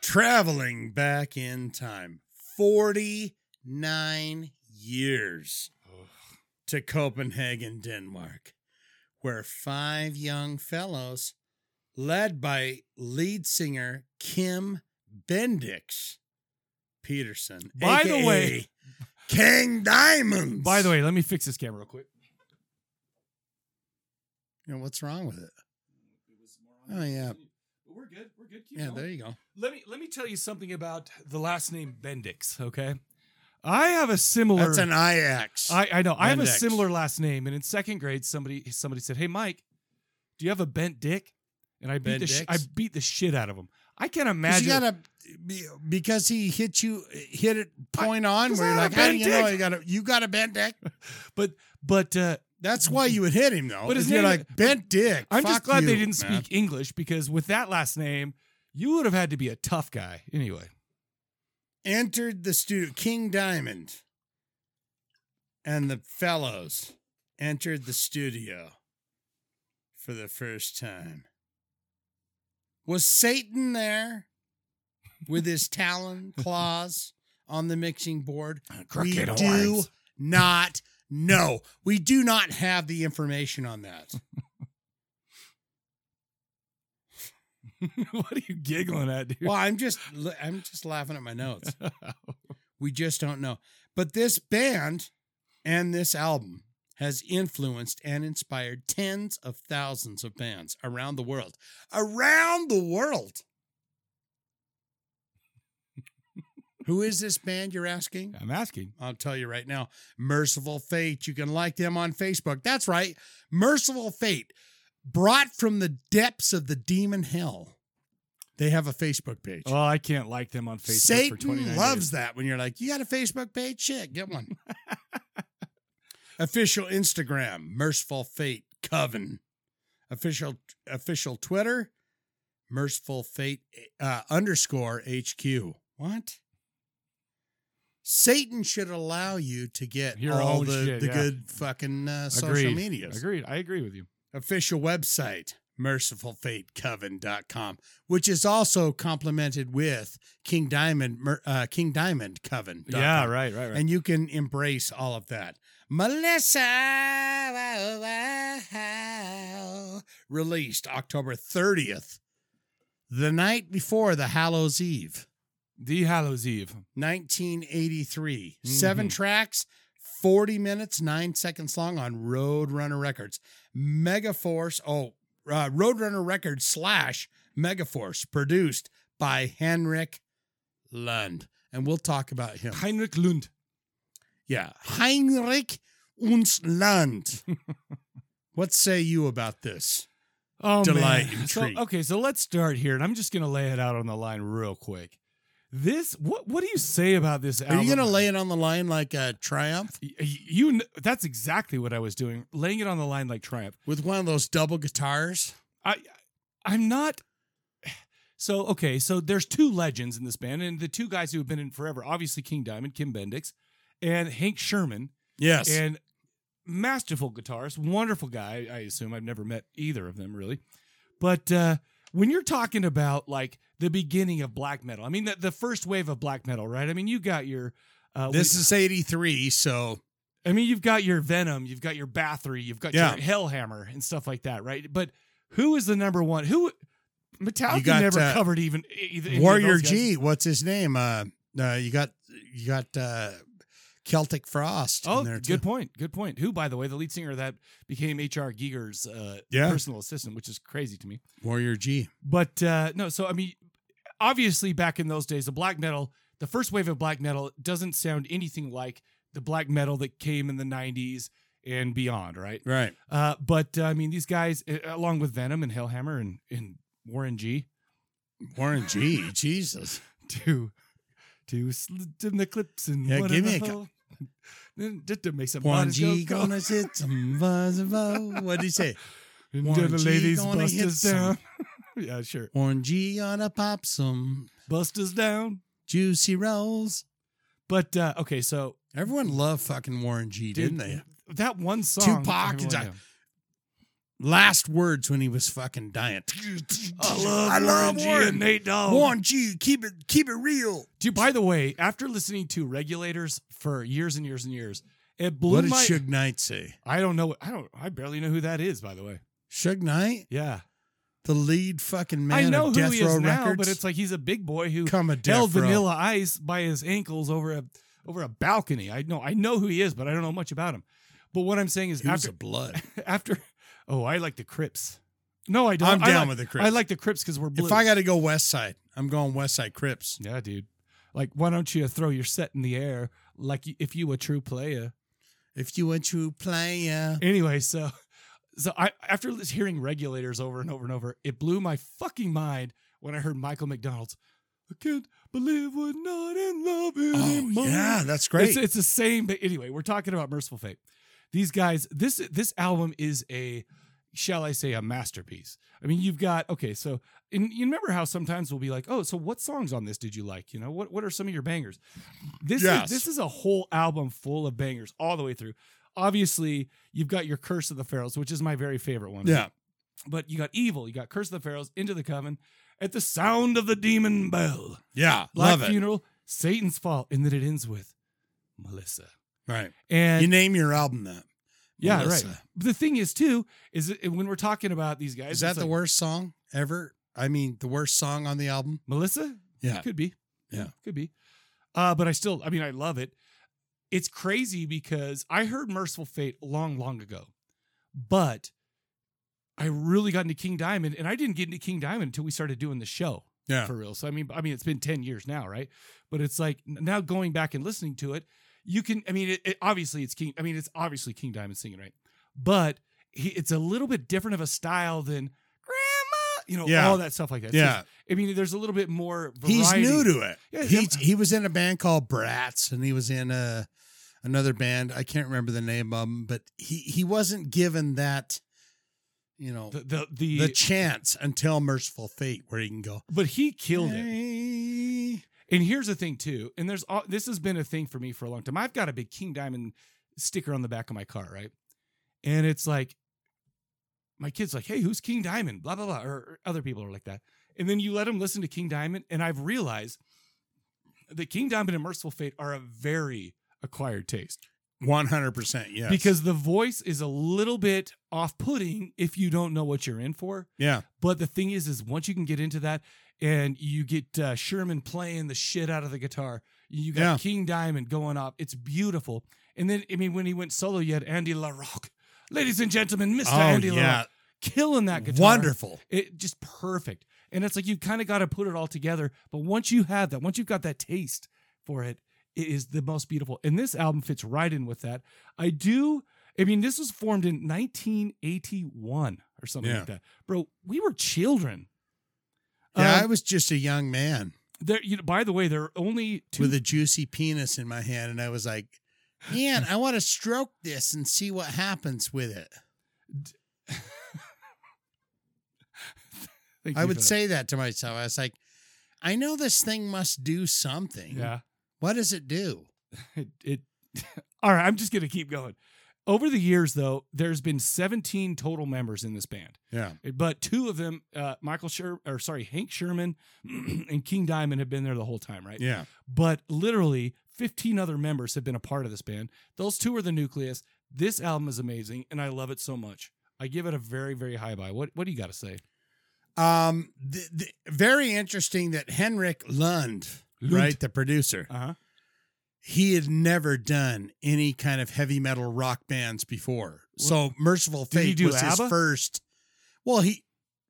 [SPEAKER 2] traveling back in time 49 years to Copenhagen, Denmark, where five young fellows, led by lead singer Kim Bendix Peterson,
[SPEAKER 1] By the
[SPEAKER 2] aka
[SPEAKER 1] way-
[SPEAKER 2] King Diamonds.
[SPEAKER 1] By the way, let me fix this camera real quick.
[SPEAKER 2] You know, what's wrong with it? Oh, yeah.
[SPEAKER 1] We're good. We're good.
[SPEAKER 2] Yeah, there you go.
[SPEAKER 1] Let me let me tell you something about the last name Bendix. Okay, I have a similar.
[SPEAKER 2] That's an IX.
[SPEAKER 1] I, I know. I have a
[SPEAKER 2] Bendix.
[SPEAKER 1] similar last name, and in second grade, somebody somebody said, "Hey, Mike, do you have a bent dick?" And I beat
[SPEAKER 2] Bent
[SPEAKER 1] the sh-
[SPEAKER 2] dicks?
[SPEAKER 1] I beat the shit out of him. I can't
[SPEAKER 2] Because
[SPEAKER 1] imagine.
[SPEAKER 2] you gotta be- because he hit you hit it point on
[SPEAKER 1] Because
[SPEAKER 2] where you're
[SPEAKER 1] I
[SPEAKER 2] like,
[SPEAKER 1] had a
[SPEAKER 2] how do you
[SPEAKER 1] bent
[SPEAKER 2] know
[SPEAKER 1] dick."
[SPEAKER 2] you got a you got a bent dick?
[SPEAKER 1] but but uh,
[SPEAKER 2] That's why you would hit him though.
[SPEAKER 1] But
[SPEAKER 2] But
[SPEAKER 1] his
[SPEAKER 2] you're
[SPEAKER 1] name-
[SPEAKER 2] like bent dick.
[SPEAKER 1] I'm just
[SPEAKER 2] fuck
[SPEAKER 1] glad they
[SPEAKER 2] you,
[SPEAKER 1] didn't
[SPEAKER 2] man.
[SPEAKER 1] speak English because with that last name, you would have had to be a tough guy anyway.
[SPEAKER 2] Entered the studio, King Diamond, and the fellows entered the studio for the first time. Was Satan there with his talon claws on the mixing board? we do not know. We do not have the information on that.
[SPEAKER 1] what are you giggling at, dude?
[SPEAKER 2] well, I'm just I'm just laughing at my notes. We just don't know. But this band and this album has influenced and inspired tens of thousands of bands around the world. Around the world. Who is this band you're asking?
[SPEAKER 1] I'm asking.
[SPEAKER 2] I'll tell you right now. Merciful Fate. You can like them on Facebook. That's right. Merciful Fate, brought from the depths of the demon hell. They have a Facebook page.
[SPEAKER 1] Oh, I can't like them on Facebook. for 29
[SPEAKER 2] Satan loves
[SPEAKER 1] days.
[SPEAKER 2] that when you're like, you got a Facebook page? Shit, get one. official Instagram, Merciful Fate Coven. Official official Twitter, Merciful Fate uh, underscore HQ. What? Satan should allow you to get
[SPEAKER 1] Your
[SPEAKER 2] all
[SPEAKER 1] own
[SPEAKER 2] the,
[SPEAKER 1] shit,
[SPEAKER 2] the
[SPEAKER 1] yeah.
[SPEAKER 2] good fucking uh, social
[SPEAKER 1] Agreed.
[SPEAKER 2] medias
[SPEAKER 1] Agreed. I agree with you.
[SPEAKER 2] official website mercifulfatecoven.com which is also complemented with king diamond Mer- uh, king diamond coven
[SPEAKER 1] Yeah, right, right, right.
[SPEAKER 2] and you can embrace all of that melissa wow, wow, released october 30th the night before the hallows eve
[SPEAKER 1] the Hallows Eve.
[SPEAKER 2] 1983. Seven
[SPEAKER 1] Mhm.
[SPEAKER 2] tracks, 40 minutes, nine seconds long on Roadrunner Records. Megaforce, oh, uh, Roadrunner Records slash Megaforce, produced by Henrik Lund. And we'll talk about him.
[SPEAKER 1] Heinrich Lund.
[SPEAKER 2] Yeah. Heinrich uns Lund. what say you about this?
[SPEAKER 1] Oh
[SPEAKER 2] Delight
[SPEAKER 1] man.
[SPEAKER 2] and
[SPEAKER 1] So-
[SPEAKER 2] treat.
[SPEAKER 1] okay, so let's start here, and I'm just gonna lay it out on the line real quick. This what what do you say about this
[SPEAKER 2] Are
[SPEAKER 1] album?
[SPEAKER 2] you going to lay it on the line like a triumph
[SPEAKER 1] Y- y- You kn- that's exactly what I was doing, laying it on the line like triumph.
[SPEAKER 2] with one of those double guitars?
[SPEAKER 1] I I'm not so okay, so there's two legends in this band, and the two guys who have been in forever, obviously King Diamond, Kim Bendix, and Hank Sherman,
[SPEAKER 2] Yes.
[SPEAKER 1] and masterful guitarist, wonderful guy, I assume. I've never met either of them really. But uh when you're talking about like the beginning of black metal, I mean the, the first wave of black metal, right? I mean you got your uh,
[SPEAKER 2] this
[SPEAKER 1] we-
[SPEAKER 2] is 83, so
[SPEAKER 1] I mean, you've got your Venom, you've got your Bathory, you've got
[SPEAKER 2] Yeah.
[SPEAKER 1] your Hellhammer and stuff like that, right? But who is the number one? Who Metallica
[SPEAKER 2] You got,
[SPEAKER 1] never
[SPEAKER 2] uh,
[SPEAKER 1] covered even e, either, any of
[SPEAKER 2] Warrior
[SPEAKER 1] those guys.
[SPEAKER 2] G, what's his name? Uh, uh you got you got uh Celtic Frost
[SPEAKER 1] Oh,
[SPEAKER 2] in there
[SPEAKER 1] good
[SPEAKER 2] too.
[SPEAKER 1] point. Good point. Who, by the way, the lead singer of that became H.R. Giger's uh,
[SPEAKER 2] Yeah.
[SPEAKER 1] personal assistant, which is crazy to me.
[SPEAKER 2] Warrior G.
[SPEAKER 1] But uh, no, so I mean, obviously, back in those days, the black metal, the first wave of black metal, doesn't sound anything like the black metal that came in the '90s and beyond, right?
[SPEAKER 2] Right.
[SPEAKER 1] Uh, but uh, I mean, these guys, uh, along with Venom and Hellhammer and, and Warren G,
[SPEAKER 2] Warren G. Jesus.
[SPEAKER 1] to to slit in the clips and
[SPEAKER 2] Yeah, give me a
[SPEAKER 1] whatever. Then Just to make some
[SPEAKER 2] Warren
[SPEAKER 1] bodies go
[SPEAKER 2] G.
[SPEAKER 1] cold.
[SPEAKER 2] Gonna sit some buzz above. What did he say?
[SPEAKER 1] And
[SPEAKER 2] Warren
[SPEAKER 1] then the
[SPEAKER 2] G
[SPEAKER 1] ladies
[SPEAKER 2] gonna
[SPEAKER 1] bust
[SPEAKER 2] hit
[SPEAKER 1] us down. yeah, sure.
[SPEAKER 2] Warren G. Gonna pop some
[SPEAKER 1] Bust us down.
[SPEAKER 2] juicy rolls.
[SPEAKER 1] But uh, okay, so
[SPEAKER 2] Everyone loved fucking Warren G.
[SPEAKER 1] dude,
[SPEAKER 2] Didn't they?
[SPEAKER 1] That one song,
[SPEAKER 2] Tupac,
[SPEAKER 1] everyone-
[SPEAKER 2] it's like- last words when he was fucking dying.
[SPEAKER 1] I love,
[SPEAKER 2] I love
[SPEAKER 1] Warren G
[SPEAKER 2] Warren.
[SPEAKER 1] and Nate Dogg.
[SPEAKER 2] Warren G, keep it keep it real.
[SPEAKER 1] Dude, by the way, after listening to Regulators for years and years and years, it blew
[SPEAKER 2] what did
[SPEAKER 1] my.
[SPEAKER 2] Suge Knight say?
[SPEAKER 1] I don't know. I don't. I barely know who that is. By the way,
[SPEAKER 2] Suge Knight,
[SPEAKER 1] yeah,
[SPEAKER 2] the lead fucking man
[SPEAKER 1] I know
[SPEAKER 2] of
[SPEAKER 1] who
[SPEAKER 2] Death
[SPEAKER 1] he
[SPEAKER 2] Row
[SPEAKER 1] is now,
[SPEAKER 2] Records,
[SPEAKER 1] but it's like he's a big boy who
[SPEAKER 2] come a death
[SPEAKER 1] held
[SPEAKER 2] row.
[SPEAKER 1] Vanilla Ice by his ankles over a over a balcony. I know. I know who he is, but I don't know much about him. But what I'm saying is,
[SPEAKER 2] He was
[SPEAKER 1] after
[SPEAKER 2] a blood.
[SPEAKER 1] after, oh, I like the Crips. No, I don't.
[SPEAKER 2] I'm
[SPEAKER 1] I
[SPEAKER 2] down
[SPEAKER 1] like-
[SPEAKER 2] with the Crips.
[SPEAKER 1] I like the Crips because we're blue.
[SPEAKER 2] If I got to go West Side, I'm going West Side Crips.
[SPEAKER 1] yeah, dude. Like, why don't you throw your set in the air like you, if you a true player?
[SPEAKER 2] If you want to play, uh,
[SPEAKER 1] anyway, so so I after lis- hearing regulators over and over and over, it blew my fucking mind when I heard Michael McDonald's. I can't believe we're not in love
[SPEAKER 2] oh
[SPEAKER 1] anymore.
[SPEAKER 2] yeah, that's great.
[SPEAKER 1] It's, it's the same, but anyway, we're talking about Merciful Fate. These guys, this this album is a, shall I say, a masterpiece. I mean, you've got okay, so and you remember how sometimes we'll be like, oh, so what songs on this did you like? You know, what what are some of your bangers? This
[SPEAKER 2] Yes.
[SPEAKER 1] is this is a whole album full of bangers all the way through. Obviously, you've got your Curse of the Pharaohs, which is my very favorite one.
[SPEAKER 2] yeah,
[SPEAKER 1] But you got Evil, you got Curse of the Pharaohs, Into the Coven, At the Sound of the Demon Bell.
[SPEAKER 2] yeah,
[SPEAKER 1] Black
[SPEAKER 2] love it.
[SPEAKER 1] Funeral, Satan's Fall, and then it ends with Melissa.
[SPEAKER 2] Right,
[SPEAKER 1] And
[SPEAKER 2] you name your album that.
[SPEAKER 1] yeah, right.
[SPEAKER 2] Melissa.
[SPEAKER 1] But the thing is, too, is that when we're talking about these guys,
[SPEAKER 2] Is that
[SPEAKER 1] it's
[SPEAKER 2] the
[SPEAKER 1] like,
[SPEAKER 2] worst song ever? I mean, the worst song on the album.
[SPEAKER 1] Melissa?
[SPEAKER 2] Yeah.
[SPEAKER 1] could be.
[SPEAKER 2] Yeah.
[SPEAKER 1] could be. Uh, but I still, I mean, I love it. It's crazy because I heard Merciful Fate long, long ago, but I really got into King Diamond, and I didn't get into King Diamond until we started doing the show.
[SPEAKER 2] Yeah.
[SPEAKER 1] for real. So I mean, I mean, it's been ten years now, right? But it's like n- now going back and listening to it, you can. I mean, it, it- obviously it's King. I mean, it's obviously King Diamond singing, right? But he, it's a little bit different of a style than Grandma, you know,
[SPEAKER 2] Yeah.
[SPEAKER 1] all that stuff like that. So
[SPEAKER 2] yeah,
[SPEAKER 1] I mean, there's a little bit more. Variety.
[SPEAKER 2] he's new to it.
[SPEAKER 1] Yeah,
[SPEAKER 2] he
[SPEAKER 1] yeah.
[SPEAKER 2] he was in a band called Brats, and he was in a another band. I can't remember the name of them, but he he wasn't given that, you know,
[SPEAKER 1] the
[SPEAKER 2] the,
[SPEAKER 1] the, the,
[SPEAKER 2] chance until Merciful Fate, where he can go.
[SPEAKER 1] but he killed it.
[SPEAKER 2] Hey.
[SPEAKER 1] And here's the thing too. And there's all, this has been a thing for me for a long time. I've got a big King Diamond sticker on the back of my car, right? And it's like my kids like, "Hey, who's King Diamond?" blah blah blah or, or other people are like that. And then you let them listen to King Diamond and I've realized that King Diamond and Merciful Fate are a very acquired taste.
[SPEAKER 2] One hundred percent, yes.
[SPEAKER 1] Because the voice is a little bit off-putting if you don't know what you're in for.
[SPEAKER 2] yeah,
[SPEAKER 1] But the thing is, is once you can get into that and you get uh, Sherman playing the shit out of the guitar, you got
[SPEAKER 2] Yeah.
[SPEAKER 1] King Diamond going off. It's beautiful. And then, I mean, when he went solo, you had Andy LaRocque. Ladies and gentlemen, Mr.
[SPEAKER 2] oh
[SPEAKER 1] Andy
[SPEAKER 2] yeah,
[SPEAKER 1] LaRocque killing that guitar.
[SPEAKER 2] wonderful.
[SPEAKER 1] It just perfect. And it's like you kind of got to put it all together. But once you have that, once you've got that taste for it, it is the most beautiful. And this album fits right in with that. I do. I mean, this was formed in 1981 or something
[SPEAKER 2] Yeah.
[SPEAKER 1] like that, bro. We were children.
[SPEAKER 2] Yeah,
[SPEAKER 1] Um,
[SPEAKER 2] I was just a young man
[SPEAKER 1] there. You know, by the way, there are only two.
[SPEAKER 2] with a juicy penis in my hand, and I was like, "Man, I want to stroke this and see what happens with it."
[SPEAKER 1] Thank
[SPEAKER 2] I
[SPEAKER 1] you
[SPEAKER 2] would
[SPEAKER 1] for that.
[SPEAKER 2] say that to myself. I was like, I know this thing must do something.
[SPEAKER 1] yeah.
[SPEAKER 2] What does it do?
[SPEAKER 1] It, it all right, I'm just gonna keep going. Over the years, though, there's been 17 total members in this band.
[SPEAKER 2] Yeah.
[SPEAKER 1] But two of them, uh, Michael Sher or sorry, Hank Sherman and King Diamond have been there the whole time, right?
[SPEAKER 2] Yeah.
[SPEAKER 1] But literally 15 other members have been a part of this band. Those two are the nucleus. This album is amazing, and I love it so much. I give it a very, very high buy. What What do you got to say?
[SPEAKER 2] Um, th- th- very interesting that Henrik Lund,
[SPEAKER 1] Lund.
[SPEAKER 2] right, the producer,
[SPEAKER 1] Uh huh.
[SPEAKER 2] he had never done any kind of heavy metal rock bands before. So Merciful
[SPEAKER 1] Did he
[SPEAKER 2] Fate
[SPEAKER 1] do
[SPEAKER 2] was
[SPEAKER 1] ABBA?
[SPEAKER 2] his first. Well, he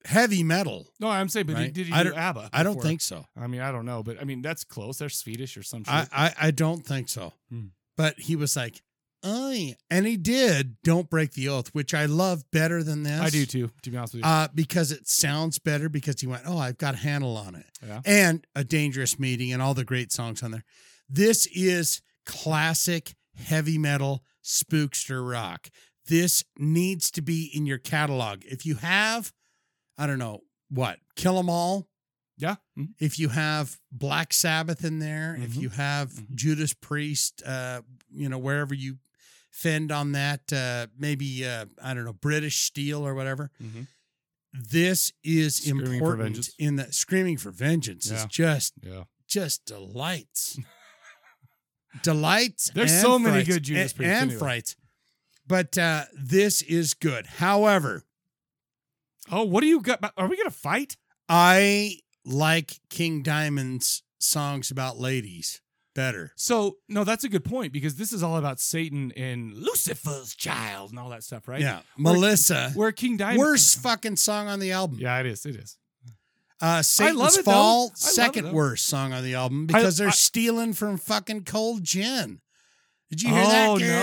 [SPEAKER 2] heavy metal.
[SPEAKER 1] No, I'm saying, but
[SPEAKER 2] Right.
[SPEAKER 1] did he
[SPEAKER 2] I
[SPEAKER 1] do
[SPEAKER 2] don't-
[SPEAKER 1] ABBA?
[SPEAKER 2] I don't
[SPEAKER 1] before?
[SPEAKER 2] think so.
[SPEAKER 1] I mean, I don't know, but I mean, that's close. They're Swedish or some shit.
[SPEAKER 2] I, I I don't think so.
[SPEAKER 1] Hmm.
[SPEAKER 2] But he was like, "I," and he did. Don't break the oath, which I love better than this.
[SPEAKER 1] I do too, to be honest with you.
[SPEAKER 2] uh, because it sounds better because he went, Oh, I've got a handle on it.
[SPEAKER 1] Yeah.
[SPEAKER 2] And A Dangerous Meeting and all the great songs on there. This is classic heavy metal spookster rock. This needs to be in your catalog. If you have, I don't know, what, Kill 'em All,
[SPEAKER 1] yeah. Mhm.
[SPEAKER 2] if you have Black Sabbath in there, if
[SPEAKER 1] Mhm.
[SPEAKER 2] you have
[SPEAKER 1] Mhm.
[SPEAKER 2] Judas Priest, uh, you know, wherever you fend on that, uh, maybe uh, I don't know British steel or whatever.
[SPEAKER 1] Mhm.
[SPEAKER 2] This is
[SPEAKER 1] Screaming for
[SPEAKER 2] important
[SPEAKER 1] Vengeance.
[SPEAKER 2] in that screaming for vengeance is
[SPEAKER 1] Yeah.
[SPEAKER 2] just
[SPEAKER 1] Yeah.
[SPEAKER 2] just delights, delights.
[SPEAKER 1] There's
[SPEAKER 2] and
[SPEAKER 1] so many
[SPEAKER 2] frights,
[SPEAKER 1] good Judas
[SPEAKER 2] a-
[SPEAKER 1] Priest
[SPEAKER 2] and
[SPEAKER 1] anyway.
[SPEAKER 2] frights, but uh, this is good. However,
[SPEAKER 1] Oh, what do you got? Are we gonna fight?
[SPEAKER 2] I like King Diamond's songs about ladies better.
[SPEAKER 1] So no, that's a good point because this is all about Satan and Lucifer's child and all that stuff, right?
[SPEAKER 2] Yeah,
[SPEAKER 1] Where-
[SPEAKER 2] Melissa,
[SPEAKER 1] Where King Diamond.
[SPEAKER 2] worst fucking song on the album.
[SPEAKER 1] Yeah, it is. It is.
[SPEAKER 2] Uh, Satan's
[SPEAKER 1] love it, though. I
[SPEAKER 2] Fall,
[SPEAKER 1] love it,
[SPEAKER 2] second
[SPEAKER 1] though.
[SPEAKER 2] worst song on the album because they're
[SPEAKER 1] I-
[SPEAKER 2] stealing from fucking cold gin. Did you hear
[SPEAKER 1] Oh,
[SPEAKER 2] that?
[SPEAKER 1] no, I didn't.
[SPEAKER 2] I